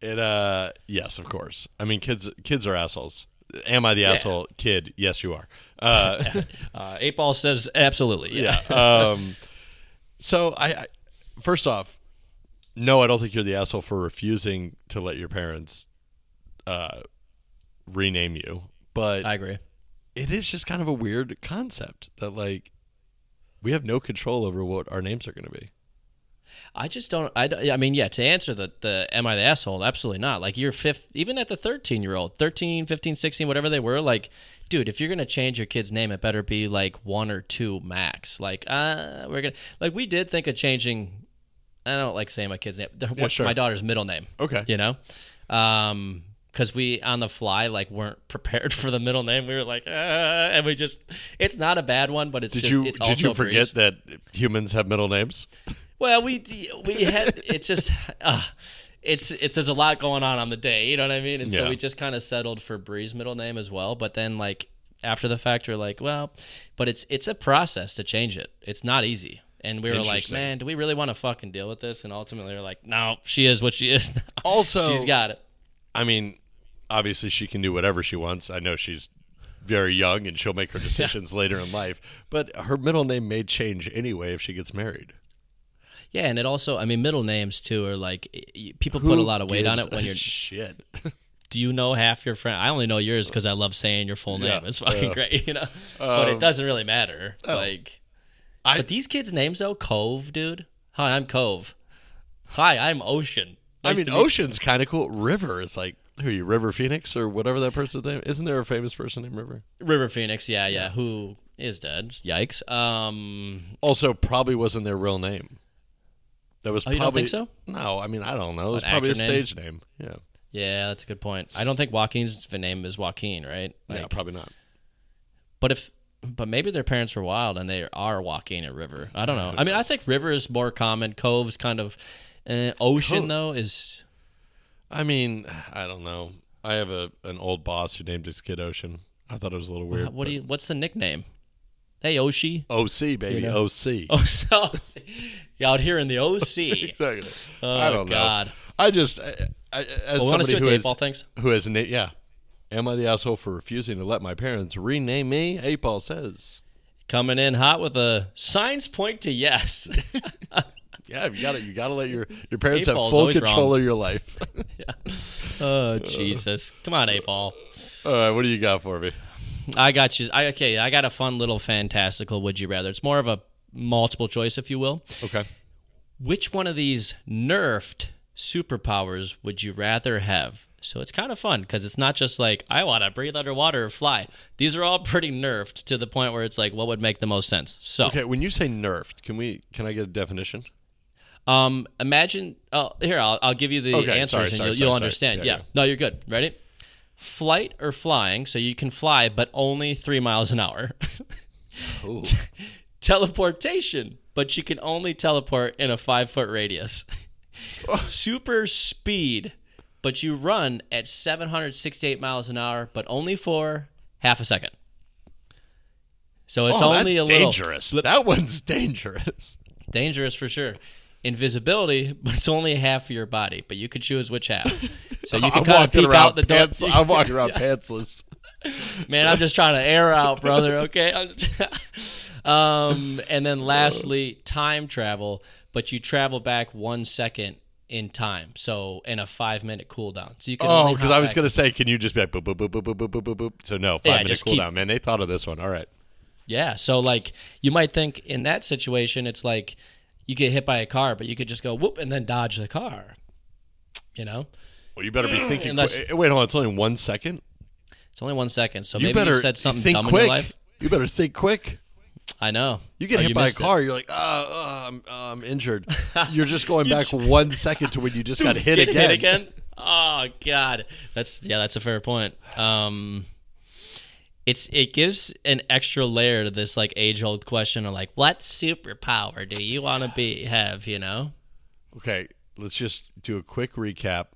Speaker 2: It uh yes, of course. I mean kids kids are assholes. Am I the asshole kid? Yes, you are. Uh
Speaker 1: Uh, Eight Ball says absolutely. Yeah.
Speaker 2: yeah. Um so I, I first off, no, I don't think you're the asshole for refusing to let your parents uh rename you. But
Speaker 1: I agree.
Speaker 2: it is just kind of a weird concept that like we have no control over what our names are going to be.
Speaker 1: I just don't. I, don't- I mean, yeah, to answer the, the am I the asshole? Absolutely not. Like, you're fifth, even at the 13 year old, 13, 15, 16, whatever they were, like, dude, if you're going to change your kid's name, it better be like one or two max. Like, uh, we're going to, like, we did think of changing, I don't like saying my kid's name, what's
Speaker 2: sure.
Speaker 1: my daughter's middle name,
Speaker 2: Okay.
Speaker 1: you know? Um, because we on the fly like weren't prepared for the middle name, we were like, uh, and we just it's not a bad one, but it's
Speaker 2: Did
Speaker 1: just,
Speaker 2: you
Speaker 1: it's
Speaker 2: did
Speaker 1: also
Speaker 2: you forget
Speaker 1: Breeze.
Speaker 2: that humans have middle names?
Speaker 1: Well, we d- we had it's just uh, it's it's there's a lot going on on the day, you know what I mean? And
Speaker 2: Yeah.
Speaker 1: so we just kind of settled for Bree's middle name as well, but then like after the fact we're like, well, but it's it's a process to change it. It's not easy. And we were like,
Speaker 2: Interesting.
Speaker 1: man, do we really want to fucking deal with this? And ultimately we're like, no, she is what she is. now.
Speaker 2: Also,
Speaker 1: She's got it.
Speaker 2: I mean, obviously she can do whatever she wants. I know she's very young and she'll make her decisions later in life, but her middle name may change anyway if she gets married.
Speaker 1: Yeah, and it also, I mean, middle names too are like y- y- people put a lot of weight on
Speaker 2: Gives
Speaker 1: it when
Speaker 2: a
Speaker 1: you're
Speaker 2: shit.
Speaker 1: do you know half your friend? I only know yours because I love saying your full name.
Speaker 2: Yeah. Um, oh.
Speaker 1: It's fucking great, you know. but it doesn't really matter. Like,
Speaker 2: I-
Speaker 1: but these kids' names though, Cove, dude. Hi, I'm Cove. Hi, I'm Ocean.
Speaker 2: I
Speaker 1: Nice
Speaker 2: mean,
Speaker 1: to meet-
Speaker 2: Ocean's kind of cool. River is like who are you, River Phoenix or whatever that person's name. Isn't there a famous person named River?
Speaker 1: River Phoenix. Yeah, yeah. Who is dead? Yikes. Um,
Speaker 2: Also, probably wasn't their real name. That was
Speaker 1: Oh, you
Speaker 2: probably
Speaker 1: don't think so?
Speaker 2: No, I mean I don't know. It was
Speaker 1: An
Speaker 2: probably a
Speaker 1: actor name?
Speaker 2: stage name. Yeah,
Speaker 1: yeah, that's a good point. I don't think Joaquin's name is Joaquin, right?
Speaker 2: yeah,
Speaker 1: Like,
Speaker 2: probably not.
Speaker 1: But if but maybe their parents were wild and they are walking a river. I don't know. I mean, I think river is more common. Cove's kind of eh, ocean
Speaker 2: Cove.
Speaker 1: though is
Speaker 2: I mean, I don't know. I have a an old boss who named his kid Ocean. I thought it was a little weird.
Speaker 1: Uh-huh, what do you what's the nickname? Hey Oshi.
Speaker 2: but- OC baby, OC.
Speaker 1: Oh, so- yeah, out here in the OC.
Speaker 2: Exactly.
Speaker 1: Oh,
Speaker 2: I don't
Speaker 1: God.
Speaker 2: know. I just I, I, as
Speaker 1: Well, we want to see
Speaker 2: somebody
Speaker 1: what
Speaker 2: who
Speaker 1: the eight
Speaker 2: has
Speaker 1: ball thinks.
Speaker 2: who has na- yeah. Am I the asshole for refusing to let my parents rename me? Eight Ball says.
Speaker 1: Coming in hot with a signs point to yes.
Speaker 2: Yeah, you got to you got to let your your parents
Speaker 1: Eight
Speaker 2: have
Speaker 1: Ball's
Speaker 2: full
Speaker 1: always
Speaker 2: control
Speaker 1: wrong.
Speaker 2: of your life.
Speaker 1: oh Jesus. Come on, eight ball.
Speaker 2: All right, what do you got for me?
Speaker 1: I got you. I, okay, I got a fun little fantastical would you rather. It's more of a multiple choice, if you will.
Speaker 2: Okay.
Speaker 1: Which one of these nerfed superpowers would you rather have? So it's kind of fun because it's not just like I want to breathe underwater or fly. These are all pretty nerfed to the point where it's like what would make the most sense. So,
Speaker 2: Okay, when you say nerfed, can we can I get a definition?
Speaker 1: um, imagine. Oh, here I'll, I'll give you the
Speaker 2: Okay,
Speaker 1: answers
Speaker 2: sorry,
Speaker 1: and
Speaker 2: sorry,
Speaker 1: you'll,
Speaker 2: sorry,
Speaker 1: you'll
Speaker 2: sorry.
Speaker 1: understand.
Speaker 2: Yeah,
Speaker 1: Yeah,
Speaker 2: yeah.
Speaker 1: no, you're good. Ready? Flight or flying, so you can fly, but only three miles an hour.
Speaker 2: Ooh.
Speaker 1: teleportation, but you can only teleport in a five foot radius. Super speed, but you run at 768 miles an hour, but only for half a second. So it's
Speaker 2: Oh,
Speaker 1: only
Speaker 2: that's
Speaker 1: a little
Speaker 2: dangerous. That one's dangerous.
Speaker 1: dangerous for sure. Invisibility, but it's only half your body, but you could choose which half. So you can
Speaker 2: I'm
Speaker 1: kind of
Speaker 2: walking
Speaker 1: peek
Speaker 2: around
Speaker 1: out the door.
Speaker 2: pants- I'm walking around pantsless.
Speaker 1: Man, I'm just trying to air out, brother. Okay. I'm just- um, and then lastly, time travel, but you travel back one second in time, so in a five minute cooldown. So you can.
Speaker 2: Oh,
Speaker 1: only
Speaker 2: because
Speaker 1: hop
Speaker 2: I was
Speaker 1: back-
Speaker 2: gonna say, can you just be like boop boop boop boop boop boop boop boop boop? So no, five
Speaker 1: Yeah,
Speaker 2: minute
Speaker 1: just
Speaker 2: cooldown.
Speaker 1: keep-
Speaker 2: Man, they thought of this one. All right.
Speaker 1: Yeah. So like, you might think in that situation, it's like you get hit by a car, but you could just go whoop and then dodge the car. You know,
Speaker 2: Well, you better be thinking.
Speaker 1: Unless-
Speaker 2: quick. Wait, hold on. It's only one second.
Speaker 1: it's only one second, so
Speaker 2: You
Speaker 1: maybe
Speaker 2: better
Speaker 1: you said something
Speaker 2: think
Speaker 1: dumb
Speaker 2: quick.
Speaker 1: in your life.
Speaker 2: You better think quick.
Speaker 1: I know.
Speaker 2: You get
Speaker 1: Oh,
Speaker 2: hit by a
Speaker 1: missed it.
Speaker 2: car, you're like, oh, oh, I'm, oh, I'm injured. You're just going back one second to when you just got hit
Speaker 1: Get
Speaker 2: again.
Speaker 1: again. Oh God, that's yeah, that's a fair point. Um, it's it gives an extra layer to this like age old question of like what superpower do you want to be have you know
Speaker 2: Okay, let's just do a quick recap.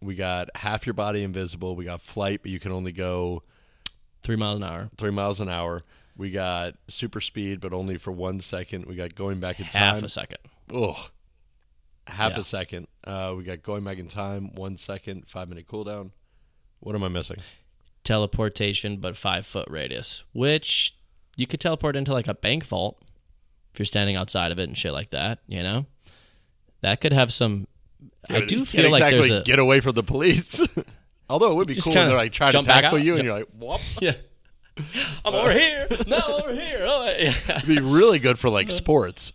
Speaker 2: We got half your body invisible. We got flight, but you can only go
Speaker 1: three miles an hour
Speaker 2: three miles an hour. We got super speed, but only for one second. We got going back in
Speaker 1: half
Speaker 2: time.
Speaker 1: a second
Speaker 2: Ugh. half
Speaker 1: Yeah.
Speaker 2: a second. Uh, we got going back in time, one second, five minute cooldown. What am I missing?
Speaker 1: teleportation but five foot radius which you could teleport into like a bank vault if you're standing outside of it and shit like that you know that could have some I do
Speaker 2: You can't
Speaker 1: feel like
Speaker 2: exactly
Speaker 1: there's a
Speaker 2: get away from the police. Although it would be
Speaker 1: Just
Speaker 2: cool when
Speaker 1: kinda
Speaker 2: they're like trying to
Speaker 1: jump back
Speaker 2: tackle
Speaker 1: out.
Speaker 2: you, and you're like, "Whoop!"
Speaker 1: yeah. I'm over here. No, I'm over here. Oh, yeah.
Speaker 2: It'd be really good for like sports.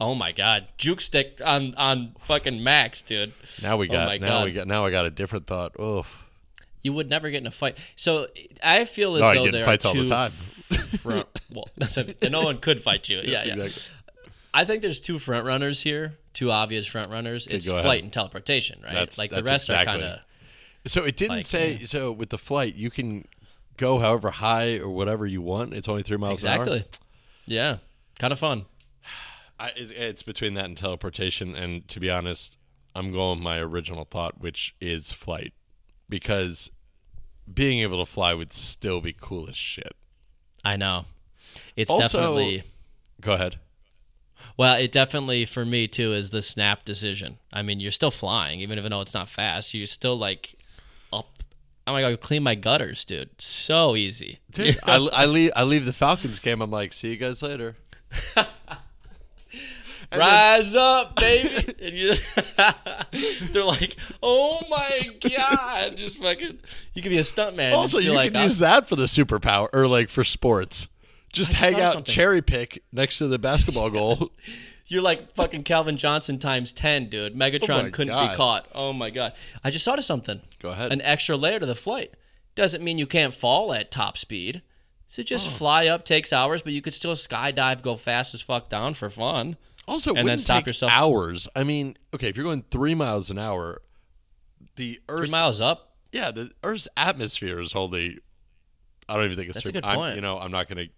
Speaker 1: Oh my god, juke stick on on fucking max, dude.
Speaker 2: Now we
Speaker 1: Oh
Speaker 2: got.
Speaker 1: my
Speaker 2: now
Speaker 1: God.
Speaker 2: we got. Now I got a different thought. Oof.
Speaker 1: You would never get in a fight. So I feel as
Speaker 2: No, I
Speaker 1: though
Speaker 2: get in
Speaker 1: there
Speaker 2: fights
Speaker 1: are
Speaker 2: all
Speaker 1: two
Speaker 2: the time.
Speaker 1: front. Well, so no one could fight you. Uh, Yeah, yeah.
Speaker 2: Exactly.
Speaker 1: I think there's two front runners here, two obvious front runners. it's
Speaker 2: go
Speaker 1: flight
Speaker 2: ahead.
Speaker 1: and teleportation, right?
Speaker 2: That's-
Speaker 1: like the
Speaker 2: that's
Speaker 1: rest
Speaker 2: exactly.
Speaker 1: are kind of
Speaker 2: So it didn't
Speaker 1: Like,
Speaker 2: say. So with the flight, you can go however high or whatever you want. It's only three miles an hour.
Speaker 1: exactly. Yeah, kind of fun.
Speaker 2: I, it- it's between that and teleportation. And to be honest, I'm going with my original thought, which is flight, because being able to fly would still be cool as shit.
Speaker 1: I know. It's
Speaker 2: Also-
Speaker 1: definitely
Speaker 2: Go ahead.
Speaker 1: Well, it definitely for me too is the snap decision. I mean, you're still flying, even if though it's not fast. You're still like up. Oh my god, you clean my gutters, dude. So easy.
Speaker 2: Dude, I, I leave. I leave the Falcons game. I'm like, see you guys later.
Speaker 1: Rise up, baby. And you, they're like, oh my god, just fucking. You could be a stuntman. and just
Speaker 2: Also,
Speaker 1: be
Speaker 2: you
Speaker 1: like,
Speaker 2: can
Speaker 1: "Oh,
Speaker 2: use that for the superpower or like for sports. Just hang
Speaker 1: saw
Speaker 2: out,
Speaker 1: something.
Speaker 2: cherry pick next to the basketball goal.
Speaker 1: You're like fucking Calvin Johnson times 10, dude. Megatron
Speaker 2: my
Speaker 1: couldn't be
Speaker 2: God.
Speaker 1: caught. Oh my God. I just thought of something.
Speaker 2: Go ahead.
Speaker 1: An extra layer to the flight. Doesn't mean you can't fall at top speed. So
Speaker 2: Oh.
Speaker 1: just fly up takes hours, but you could still skydive, go fast as fuck down for fun.
Speaker 2: Also,
Speaker 1: then
Speaker 2: and wouldn't
Speaker 1: stop
Speaker 2: take
Speaker 1: yourself-
Speaker 2: hours. I mean, okay, if you're going three miles an hour, the Earth's
Speaker 1: Three miles up.
Speaker 2: yeah, the Earth's atmosphere is only. I don't even think it's
Speaker 1: That's a
Speaker 2: three.
Speaker 1: good
Speaker 2: I'm-
Speaker 1: point.
Speaker 2: You know, I'm not going to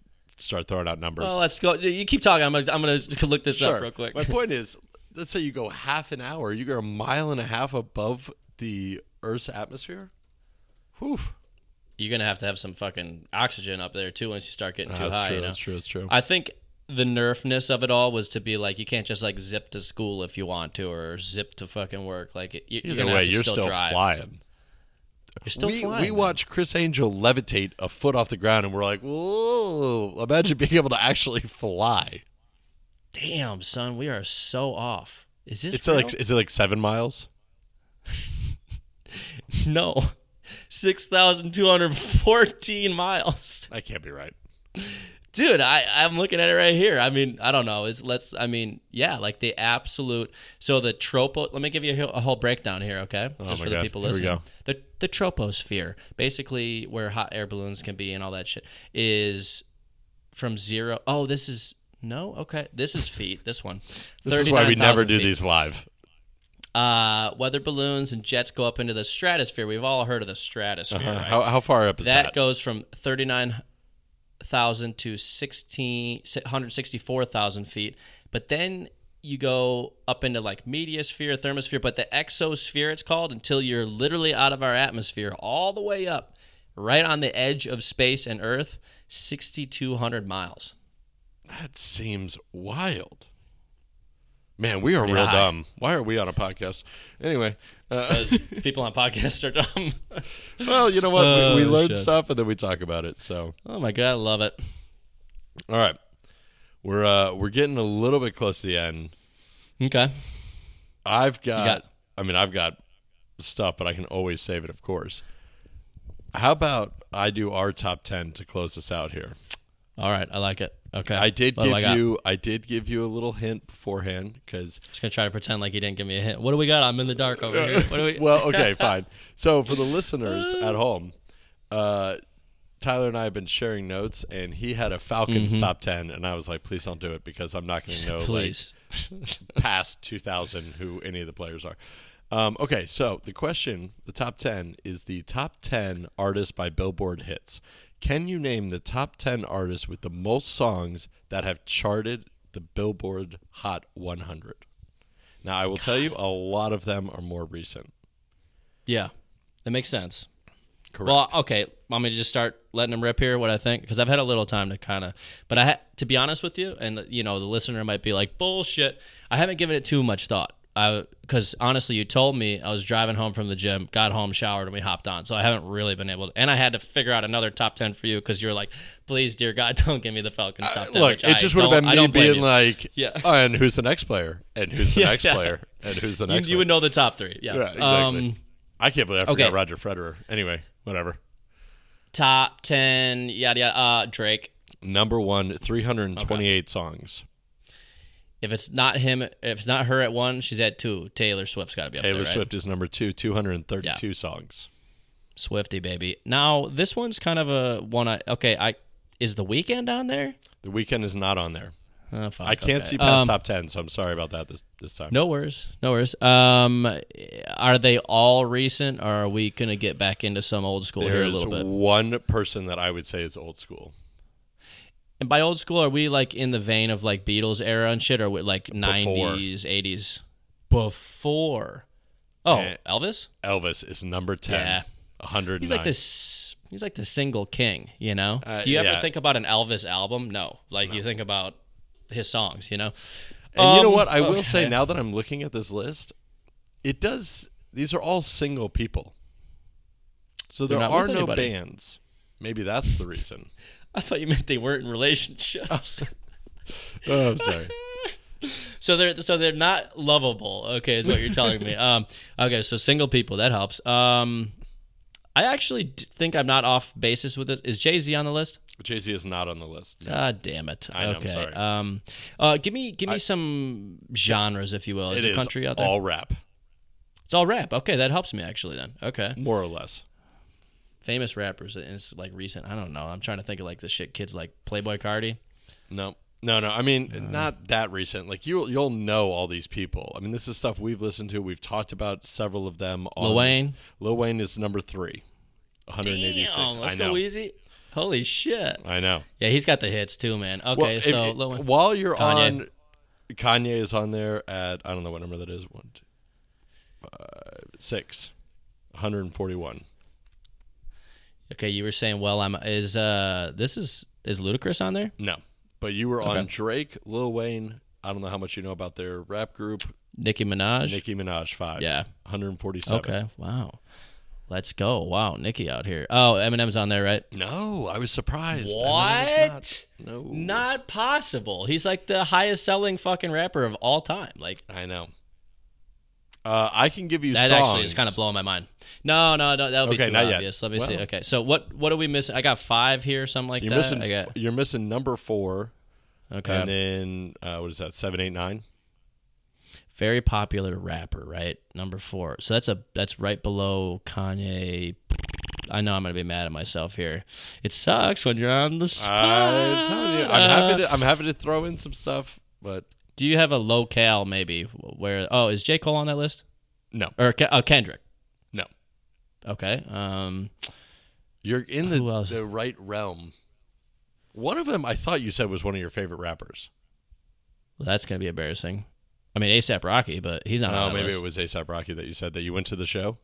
Speaker 2: start throwing out numbers.
Speaker 1: Well, let's go. You keep talking. I'm gonna, I'm gonna look this up real quick.
Speaker 2: My point is, let's say you go half an hour, you go a mile and a half above the Earth's atmosphere. Whew.
Speaker 1: You're gonna have to have some fucking oxygen up there too once you start getting too
Speaker 2: that's
Speaker 1: high.
Speaker 2: true.
Speaker 1: you know?
Speaker 2: That's true. That's true.
Speaker 1: I think the nerfness of it all was to be like you can't just like zip to school if you want to or zip to fucking work. Like it, you- you're
Speaker 2: Either
Speaker 1: gonna
Speaker 2: way,
Speaker 1: have to
Speaker 2: you're
Speaker 1: still,
Speaker 2: still,
Speaker 1: drive.
Speaker 2: flying.
Speaker 1: You're still
Speaker 2: we,
Speaker 1: flying.
Speaker 2: we watch Chris Angel levitate a foot off the ground, and we're like, "Whoa!" Imagine being able to actually fly.
Speaker 1: Damn, son, we are so off. Is this
Speaker 2: It's
Speaker 1: real?
Speaker 2: like is it like seven miles?
Speaker 1: no six thousand two hundred fourteen miles,
Speaker 2: I can't be right.
Speaker 1: dude? I I'm looking at it right here. I mean, I don't know. Is let's I mean, yeah, like the absolute. So the tropo. Let me give you a, whole- a whole breakdown here, okay? Just
Speaker 2: Oh my
Speaker 1: for the
Speaker 2: God.
Speaker 1: people
Speaker 2: Here we
Speaker 1: listening.
Speaker 2: go.
Speaker 1: the the troposphere, basically where hot air balloons can be and all that shit, is from zero. Oh, this is no okay. This is feet. This one.
Speaker 2: This is why we never
Speaker 1: 39,000
Speaker 2: do
Speaker 1: feet.
Speaker 2: these live.
Speaker 1: Uh, weather balloons and jets go up into the stratosphere. We've all heard of the stratosphere. right?
Speaker 2: How, how far up is
Speaker 1: that
Speaker 2: that?
Speaker 1: goes from thirty nine thousand to 16 164,000 feet. But then you go up into like mediosphere, thermosphere, but the exosphere it's called until you're literally out of our atmosphere, all the way up, right on the edge of space and Earth, 6,200 miles.
Speaker 2: that seems wild. Man, we are real
Speaker 1: high.
Speaker 2: dumb. Why are we on a podcast? Anyway, uh,
Speaker 1: Because people on podcasts are dumb.
Speaker 2: well, you know what? we, we
Speaker 1: Oh,
Speaker 2: learn
Speaker 1: shit.
Speaker 2: stuff and then we talk about it. So,
Speaker 1: oh my God, I love it.
Speaker 2: all right, we're uh, we're getting a little bit close to the end.
Speaker 1: Okay.
Speaker 2: I've got,
Speaker 1: got-
Speaker 2: I mean, I've got stuff, but I can always save it, of course. How about I do our top 10 to close this out here?
Speaker 1: All right. I like it. Okay.
Speaker 2: I did
Speaker 1: What do
Speaker 2: give
Speaker 1: got?
Speaker 2: you I did give you a little hint beforehand cuz
Speaker 1: Just gonna try to pretend like you didn't give me a hint. What do we got? I'm in the dark over here. What do we?
Speaker 2: well, okay, fine. So for the listeners at home, uh Tyler and I have been sharing notes, and he had a Falcons
Speaker 1: Mm-hmm.
Speaker 2: top ten, and I was like, "Please don't do it because I'm not going to know like,
Speaker 1: Please.
Speaker 2: past 2000 who any of the players are. Um, okay, so the question, the top 10 is the top 10 artists by Billboard hits. Can you name the top 10 artists with the most songs that have charted the Billboard Hot 100? Now, I will tell you, a lot of them are more recent.
Speaker 1: Yeah, that makes sense.
Speaker 2: Correct.
Speaker 1: Well, okay. Want me to just start letting them rip here? What I think? Because I've had a little time to kind of, but I ha- to be honest with you, and you know, the listener might be like, "Bullshit." I haven't given it too much thought. I because honestly, you told me I was driving home from the gym, got home, showered, and we hopped on. So I haven't really been able to, and I had to figure out another top ten for you because you were like, "Please, dear God, don't give me the Falcons top 10.
Speaker 2: Uh, Look,
Speaker 1: which
Speaker 2: it
Speaker 1: I
Speaker 2: just would have
Speaker 1: don't-
Speaker 2: been
Speaker 1: I
Speaker 2: me
Speaker 1: don't blame
Speaker 2: being
Speaker 1: you.
Speaker 2: like,
Speaker 1: Yeah.
Speaker 2: "Oh, and who's the next player? And who's the
Speaker 1: Yeah,
Speaker 2: next
Speaker 1: yeah.
Speaker 2: player? And who's the
Speaker 1: you,
Speaker 2: next
Speaker 1: you would know the top three. Yeah,
Speaker 2: player? Yeah, exactly.
Speaker 1: Um,
Speaker 2: I can't believe I forgot
Speaker 1: okay.
Speaker 2: Roger Federer. Anyway, whatever.
Speaker 1: top ten, yada yada. Uh, Drake.
Speaker 2: Number one, 328 songs.
Speaker 1: If it's not him, if it's not her at one, she's at two. Taylor Swift's got to be up
Speaker 2: Taylor
Speaker 1: there, right?
Speaker 2: Swift is number two, 232 songs.
Speaker 1: Swifty baby. Now this one's kind of a one. I okay. I is the weekend on there.
Speaker 2: The weekend is not on there.
Speaker 1: Oh, fuck,
Speaker 2: I can't
Speaker 1: okay.
Speaker 2: see past
Speaker 1: Um,
Speaker 2: top 10, so I'm sorry about that this, this time.
Speaker 1: No worries, no worries. Um, are they all recent, or are we gonna get back into some old school here a
Speaker 2: There's
Speaker 1: little bit?
Speaker 2: one person that I would say is old school.
Speaker 1: And by old school, are we like in the vein of like Beatles era and shit, or with like nineties, eighties? Before. Oh,
Speaker 2: Eh.
Speaker 1: Elvis.
Speaker 2: Elvis is number 10.
Speaker 1: Yeah.
Speaker 2: 109.
Speaker 1: He's like this. He's like the single king, you know.
Speaker 2: Uh,
Speaker 1: Do you ever
Speaker 2: yeah.
Speaker 1: think about an Elvis album? No, like you think about his songs, you know.
Speaker 2: And you know
Speaker 1: Um,
Speaker 2: what? I will say
Speaker 1: okay.
Speaker 2: now that I'm looking at this list, it does. These are all single people, so
Speaker 1: They're
Speaker 2: there
Speaker 1: not with
Speaker 2: are no
Speaker 1: anybody.
Speaker 2: bands. Maybe that's the reason.
Speaker 1: I thought you meant they weren't in relationships.
Speaker 2: oh, I'm sorry.
Speaker 1: so they're so they're not lovable. Okay, is what you're telling me. Um, okay, so single people that helps. Um, I actually d- think I'm not off basis with this. Is Jay Z on the list?
Speaker 2: Jay Z is not on the list.
Speaker 1: Ah, damn it.
Speaker 2: I know, I'm
Speaker 1: okay.
Speaker 2: sorry.
Speaker 1: Um, uh, give me give me some genres, if you will. Is
Speaker 2: It
Speaker 1: there
Speaker 2: is
Speaker 1: country out there?
Speaker 2: all rap,
Speaker 1: it's all rap. Okay, that helps me actually. Then okay.
Speaker 2: more or less.
Speaker 1: famous rappers and it's like recent i don't know i'm trying to think of like the shit kids like playboy cardi
Speaker 2: No, no, no. I mean, not that recent. Like you, you'll know all these people. I mean, this is stuff we've listened to. We've talked about several of them. On,
Speaker 1: lil wayne
Speaker 2: Lil Wayne is number three. 186. I know.
Speaker 1: easy holy shit
Speaker 2: I know.
Speaker 1: yeah he's got the hits too man okay
Speaker 2: Well, if-
Speaker 1: so
Speaker 2: if-
Speaker 1: lil wayne
Speaker 2: while you're
Speaker 1: Kanye.
Speaker 2: on, Kanye is on there at I don't know what number that is. One, two, five, six, 141.
Speaker 1: okay you were saying well i'm is uh this is is ludacris on there
Speaker 2: No, but you were on
Speaker 1: Okay.
Speaker 2: Drake, Lil Wayne. I don't know how much you know about their rap group.
Speaker 1: nicki minaj
Speaker 2: Nicki Minaj five.
Speaker 1: Yeah.
Speaker 2: 147.
Speaker 1: okay wow let's go wow nicki out here oh eminem's on there right
Speaker 2: No, I was surprised. I mean, it's
Speaker 1: what
Speaker 2: not- no.
Speaker 1: not possible he's like the highest selling fucking rapper of all time like
Speaker 2: I know. Uh, I can give you
Speaker 1: That
Speaker 2: songs.
Speaker 1: actually is kind of blowing my mind. No, no, no that'll be
Speaker 2: Okay,
Speaker 1: too
Speaker 2: not yet.
Speaker 1: obvious. Let me see.
Speaker 2: Wow.
Speaker 1: Okay, so what what are we missing? I got five here, something like
Speaker 2: You're
Speaker 1: that.
Speaker 2: missing.
Speaker 1: I
Speaker 2: f-
Speaker 1: got
Speaker 2: you're missing number four,
Speaker 1: okay.
Speaker 2: and then uh, what is that? Seven, eight, nine.
Speaker 1: Very popular rapper, right? Number four. So that's a that's right below Kanye. I know I'm gonna be mad at myself here. It sucks when you're on the spot.
Speaker 2: I'm telling you, I'm happy.
Speaker 1: Uh,
Speaker 2: To, I'm happy to throw in some stuff, but
Speaker 1: Do you have a locale maybe where? Oh, is J Cole on that list
Speaker 2: no,
Speaker 1: or Ke- oh, Kendrick?
Speaker 2: no.
Speaker 1: Okay. Um.
Speaker 2: You're in
Speaker 1: Who
Speaker 2: the
Speaker 1: else?
Speaker 2: the right realm. One of them, I thought you said was one of your favorite rappers.
Speaker 1: well, that's gonna be embarrassing. I mean, ASAP Rocky, but he's not. on Uh,
Speaker 2: No,
Speaker 1: that
Speaker 2: Oh, Uh, maybe
Speaker 1: list.
Speaker 2: it was ASAP Rocky that you said that you went to the show.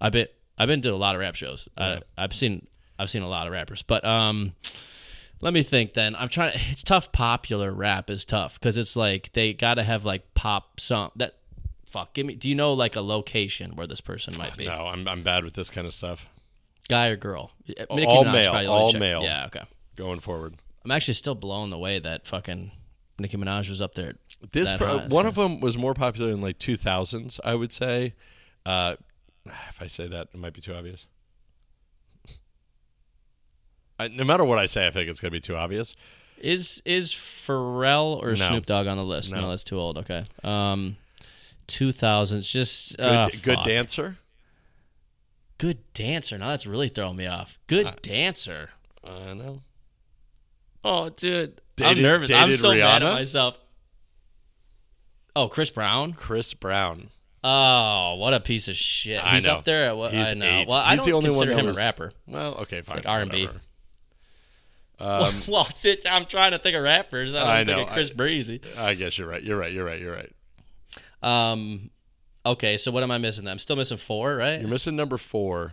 Speaker 1: I've been I've been to a lot of rap shows.
Speaker 2: Yeah.
Speaker 1: I, I've seen I've seen a lot of rappers, but um, let me think. Then I'm trying. to It's tough. Popular rap is tough because it's like they got to have like pop song that. Fuck, give me. Do you know like a location where this person might be?
Speaker 2: No, I'm I'm bad with this kind of stuff.
Speaker 1: Guy or girl? Uh, Nicki
Speaker 2: all
Speaker 1: Minaj
Speaker 2: male,
Speaker 1: probably, let me
Speaker 2: all
Speaker 1: check.
Speaker 2: male.
Speaker 1: Yeah, okay.
Speaker 2: Going forward,
Speaker 1: I'm actually still blown away that fucking Nicki Minaj was up there.
Speaker 2: this
Speaker 1: That
Speaker 2: pro-
Speaker 1: hot,
Speaker 2: one of them was more popular in like 2000s, I would say. Uh, if I say that, it might be too obvious. I, no matter what I say, I think it's going to be too obvious.
Speaker 1: Is is Pharrell or
Speaker 2: No.
Speaker 1: Snoop Dogg on the list? No.
Speaker 2: No.
Speaker 1: that's too old. Okay. Um, two thousands. Just
Speaker 2: Good,
Speaker 1: ah,
Speaker 2: good
Speaker 1: fuck.
Speaker 2: dancer.
Speaker 1: Good dancer. Now that's really throwing me off. Good
Speaker 2: Uh,
Speaker 1: dancer.
Speaker 2: I know.
Speaker 1: Oh, dude. I'm
Speaker 2: Dated-
Speaker 1: nervous. I'm
Speaker 2: dated
Speaker 1: so mad at
Speaker 2: Rihanna?
Speaker 1: myself. Oh, Chris Brown?
Speaker 2: Chris Brown.
Speaker 1: Oh, what a piece of shit!
Speaker 2: I
Speaker 1: He's
Speaker 2: know.
Speaker 1: up there at what
Speaker 2: He's
Speaker 1: I know.
Speaker 2: eight.
Speaker 1: Well, I
Speaker 2: He's
Speaker 1: don't
Speaker 2: the only one
Speaker 1: consider
Speaker 2: that
Speaker 1: him
Speaker 2: was-
Speaker 1: a rapper.
Speaker 2: Well, okay, fine.
Speaker 1: like R&B.
Speaker 2: whatever. Um,
Speaker 1: well, it's- I'm trying to think of rappers. I don't
Speaker 2: I
Speaker 1: think
Speaker 2: know.
Speaker 1: of Chris
Speaker 2: I-
Speaker 1: Breezy.
Speaker 2: I guess you're right. You're right. You're right. You're right.
Speaker 1: Um, okay, so what am I missing? I'm still missing four, right?
Speaker 2: You're missing number four.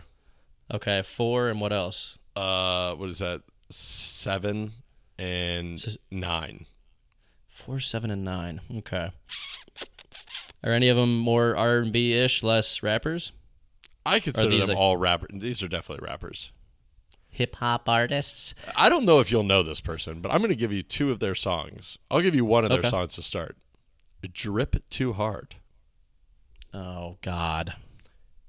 Speaker 1: Okay, four and what else?
Speaker 2: Uh, what is that? Seven and nine.
Speaker 1: Four, seven, and nine. Okay. Are any of them more R and B ish, less rappers?
Speaker 2: I consider
Speaker 1: these
Speaker 2: them
Speaker 1: like-
Speaker 2: all rappers. These are definitely rappers.
Speaker 1: Hip hop artists.
Speaker 2: I don't know if you'll know this person, but I'm going to give you two of their songs. I'll give you one of
Speaker 1: Okay.
Speaker 2: their songs to start. Drip Too Hard
Speaker 1: Oh God.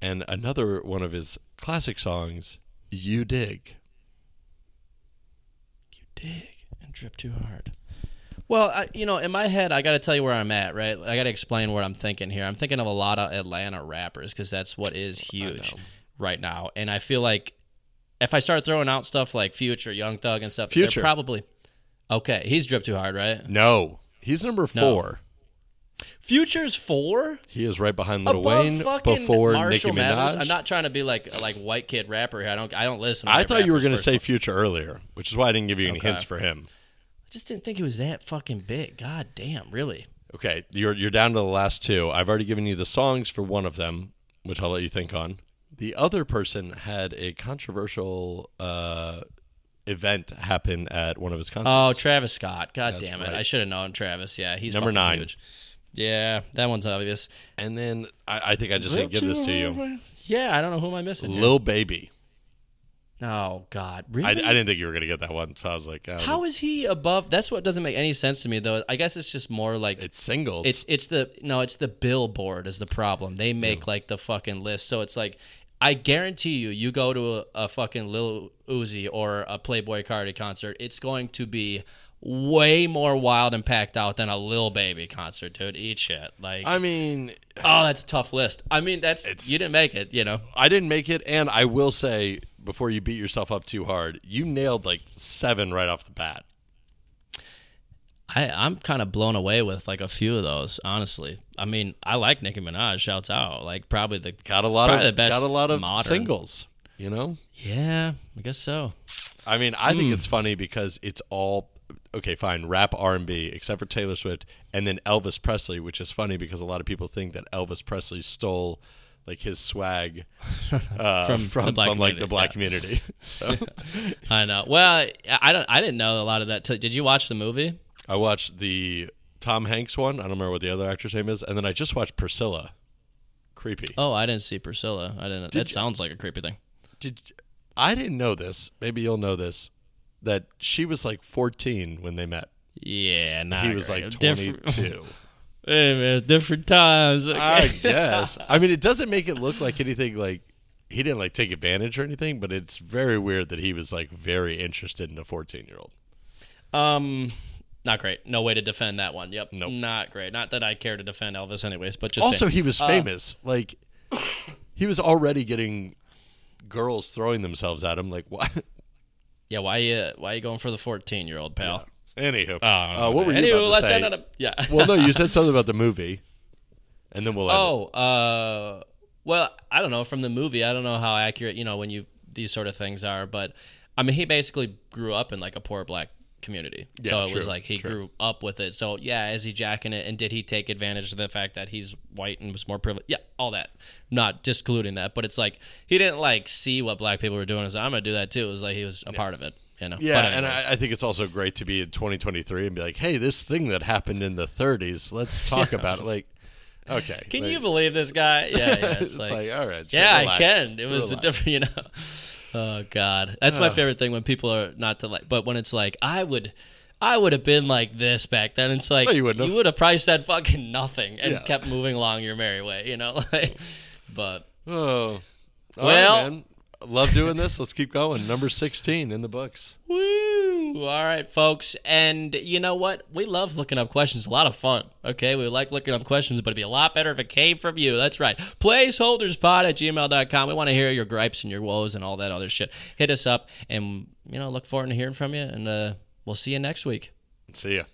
Speaker 2: and another one of his classic songs, You Dig.
Speaker 1: You dig and drip too hard. Well, I, you know, in my head, I got to tell you where I'm at, right? I got to explain what I'm thinking here. I'm thinking of a lot of Atlanta rappers because that's what is huge
Speaker 2: know.
Speaker 1: right now, and I feel like if I start throwing out stuff like Future, Young Thug, and stuff, they're
Speaker 2: Future.
Speaker 1: probably okay. He's drip too hard, right?
Speaker 2: No, he's number four.
Speaker 1: Future's four.
Speaker 2: He is right behind Lil
Speaker 1: Above
Speaker 2: Wayne
Speaker 1: fucking
Speaker 2: before
Speaker 1: Marshall
Speaker 2: Nicki Minaj.
Speaker 1: Mathers. I'm not trying to be like a, like white kid rapper here. I don't I don't listen. To
Speaker 2: I
Speaker 1: white
Speaker 2: thought you were
Speaker 1: rappers,
Speaker 2: going to
Speaker 1: first
Speaker 2: say
Speaker 1: of all.
Speaker 2: Future earlier, which is why I didn't give you any
Speaker 1: Okay.
Speaker 2: hints for him.
Speaker 1: I just didn't think he was that fucking big. God damn, really.
Speaker 2: Okay, you're you're down to the last two. I've already given you the songs for one of them, which I'll let you think on. The other person had a controversial uh, event happen at one of his concerts.
Speaker 1: Oh, Travis Scott. God damn it.
Speaker 2: right.
Speaker 1: I should have known Travis. Yeah, he's
Speaker 2: Number
Speaker 1: fucking
Speaker 2: nine.
Speaker 1: huge. Yeah, that one's obvious.
Speaker 2: and then I, I think I just didn't give this to you,
Speaker 1: Yeah, I don't know who am I missing. here.
Speaker 2: Lil Baby.
Speaker 1: oh God,
Speaker 2: I, I
Speaker 1: really?
Speaker 2: didn't think you were gonna get that one, so I was like, um,
Speaker 1: How is he above? That's what doesn't make any sense to me, though. I guess it's just more like
Speaker 2: It's singles.
Speaker 1: It's it's the no, it's the billboard is the problem. They make like the fucking list. So it's like I guarantee you, you go to a, a fucking Lil Uzi or a Playboy Cardi concert, it's going to be way more wild and packed out than a Lil Baby concert, dude. Eat shit. Like
Speaker 2: I mean,
Speaker 1: Oh, that's a tough list. I mean, that's you didn't make it, you know.
Speaker 2: I didn't make it, and I will say before you beat yourself up too hard, you nailed like seven right off the bat.
Speaker 1: I I'm kind of blown away with like a few of those, honestly. I mean, I like Nicki Minaj. Shouts out, like probably the
Speaker 2: Got a lot
Speaker 1: Probably the
Speaker 2: of
Speaker 1: best
Speaker 2: got a lot of
Speaker 1: modern.
Speaker 2: singles. You know,
Speaker 1: yeah, I guess so.
Speaker 2: I mean, I
Speaker 1: Hmm.
Speaker 2: think it's funny because it's all okay, fine, rap R and B, except for Taylor Swift, and then Elvis Presley, which is funny because a lot of people think that Elvis Presley stole like his swag uh,
Speaker 1: From
Speaker 2: from
Speaker 1: the black
Speaker 2: from, like
Speaker 1: community,
Speaker 2: the black
Speaker 1: yeah.
Speaker 2: community. So,
Speaker 1: I know. Well, I don't. I didn't know a lot of that. Till, did you watch the movie?
Speaker 2: I watched the Tom Hanks one. I don't remember what the other actor's name is, and then I just watched Priscilla. Creepy.
Speaker 1: Oh, I didn't see Priscilla. I didn't. that sounds like a creepy thing.
Speaker 2: Did I didn't know this? Maybe you'll know this. That she was like 14 when they met.
Speaker 1: Yeah, not
Speaker 2: He was
Speaker 1: great.
Speaker 2: like
Speaker 1: different.
Speaker 2: 22.
Speaker 1: Hey, man, different times. Okay.
Speaker 2: I guess. I mean, it doesn't make it look like anything like he didn't like take advantage or anything, but it's very weird that he was like very interested in a 14 year old.
Speaker 1: um, not great. No way to defend that one. Yep.
Speaker 2: Nope.
Speaker 1: Not great. Not that I care to defend Elvis, anyways. But just
Speaker 2: Also,
Speaker 1: saying.
Speaker 2: he was famous. like, he was already getting girls throwing themselves at him. Like, why?
Speaker 1: yeah. Why you? Why you going for the fourteen year old pal?
Speaker 2: Anywho,
Speaker 1: I don't
Speaker 2: uh,
Speaker 1: know,
Speaker 2: what were
Speaker 1: Oh, man.
Speaker 2: you
Speaker 1: Anywho,
Speaker 2: about to
Speaker 1: let's
Speaker 2: say?
Speaker 1: end on a- yeah.
Speaker 2: well, no, you said something about the movie, and then we'll end it.
Speaker 1: Oh, uh, well, I don't know from the movie. I don't know how accurate you know when you these sort of things are, but I mean, he basically grew up in like a poor black community, so
Speaker 2: Yeah,
Speaker 1: it was
Speaker 2: true,
Speaker 1: like he
Speaker 2: true.
Speaker 1: grew up with it. So yeah, is he jacking it, and did he take advantage of the fact that he's white and was more privileged? Yeah, all that. Not discluding that, but it's like he didn't like see what black people were doing. As I'm gonna do that too. It was like he was a part of it. You know.
Speaker 2: Yeah,
Speaker 1: But
Speaker 2: and
Speaker 1: anyways.
Speaker 2: I, I think it's also great to be in 2023 and be like, hey, this thing that happened in the 30s, let's talk about it. Like, okay.
Speaker 1: can
Speaker 2: like-
Speaker 1: you believe this guy? Yeah, yeah. It's,
Speaker 2: it's, like,
Speaker 1: like
Speaker 2: all right.
Speaker 1: Yeah,
Speaker 2: relax,
Speaker 1: I can. It was
Speaker 2: relax. Uh.
Speaker 1: a different, you know. Oh God, that's my favorite thing when people are not to like, but when it's like I would, I would have been like this back then. It's like
Speaker 2: No, you wouldn't have.
Speaker 1: probably said fucking nothing and
Speaker 2: Yeah.
Speaker 1: kept moving along your merry way, you know. Like, but
Speaker 2: Oh,
Speaker 1: Well-
Speaker 2: well, man. love doing this. Let's keep going. Number 16 in the books.
Speaker 1: woo! All right, folks, and you know what? We love looking up questions. A lot of fun. Okay, we like looking up questions, but it'd be a lot better if it came from you. That's right. Placeholderspod at gmail.com. We want to hear your gripes and your woes and all that other shit. Hit us up, and you know, look forward to hearing from you. And uh, we'll see you next week.
Speaker 2: See ya.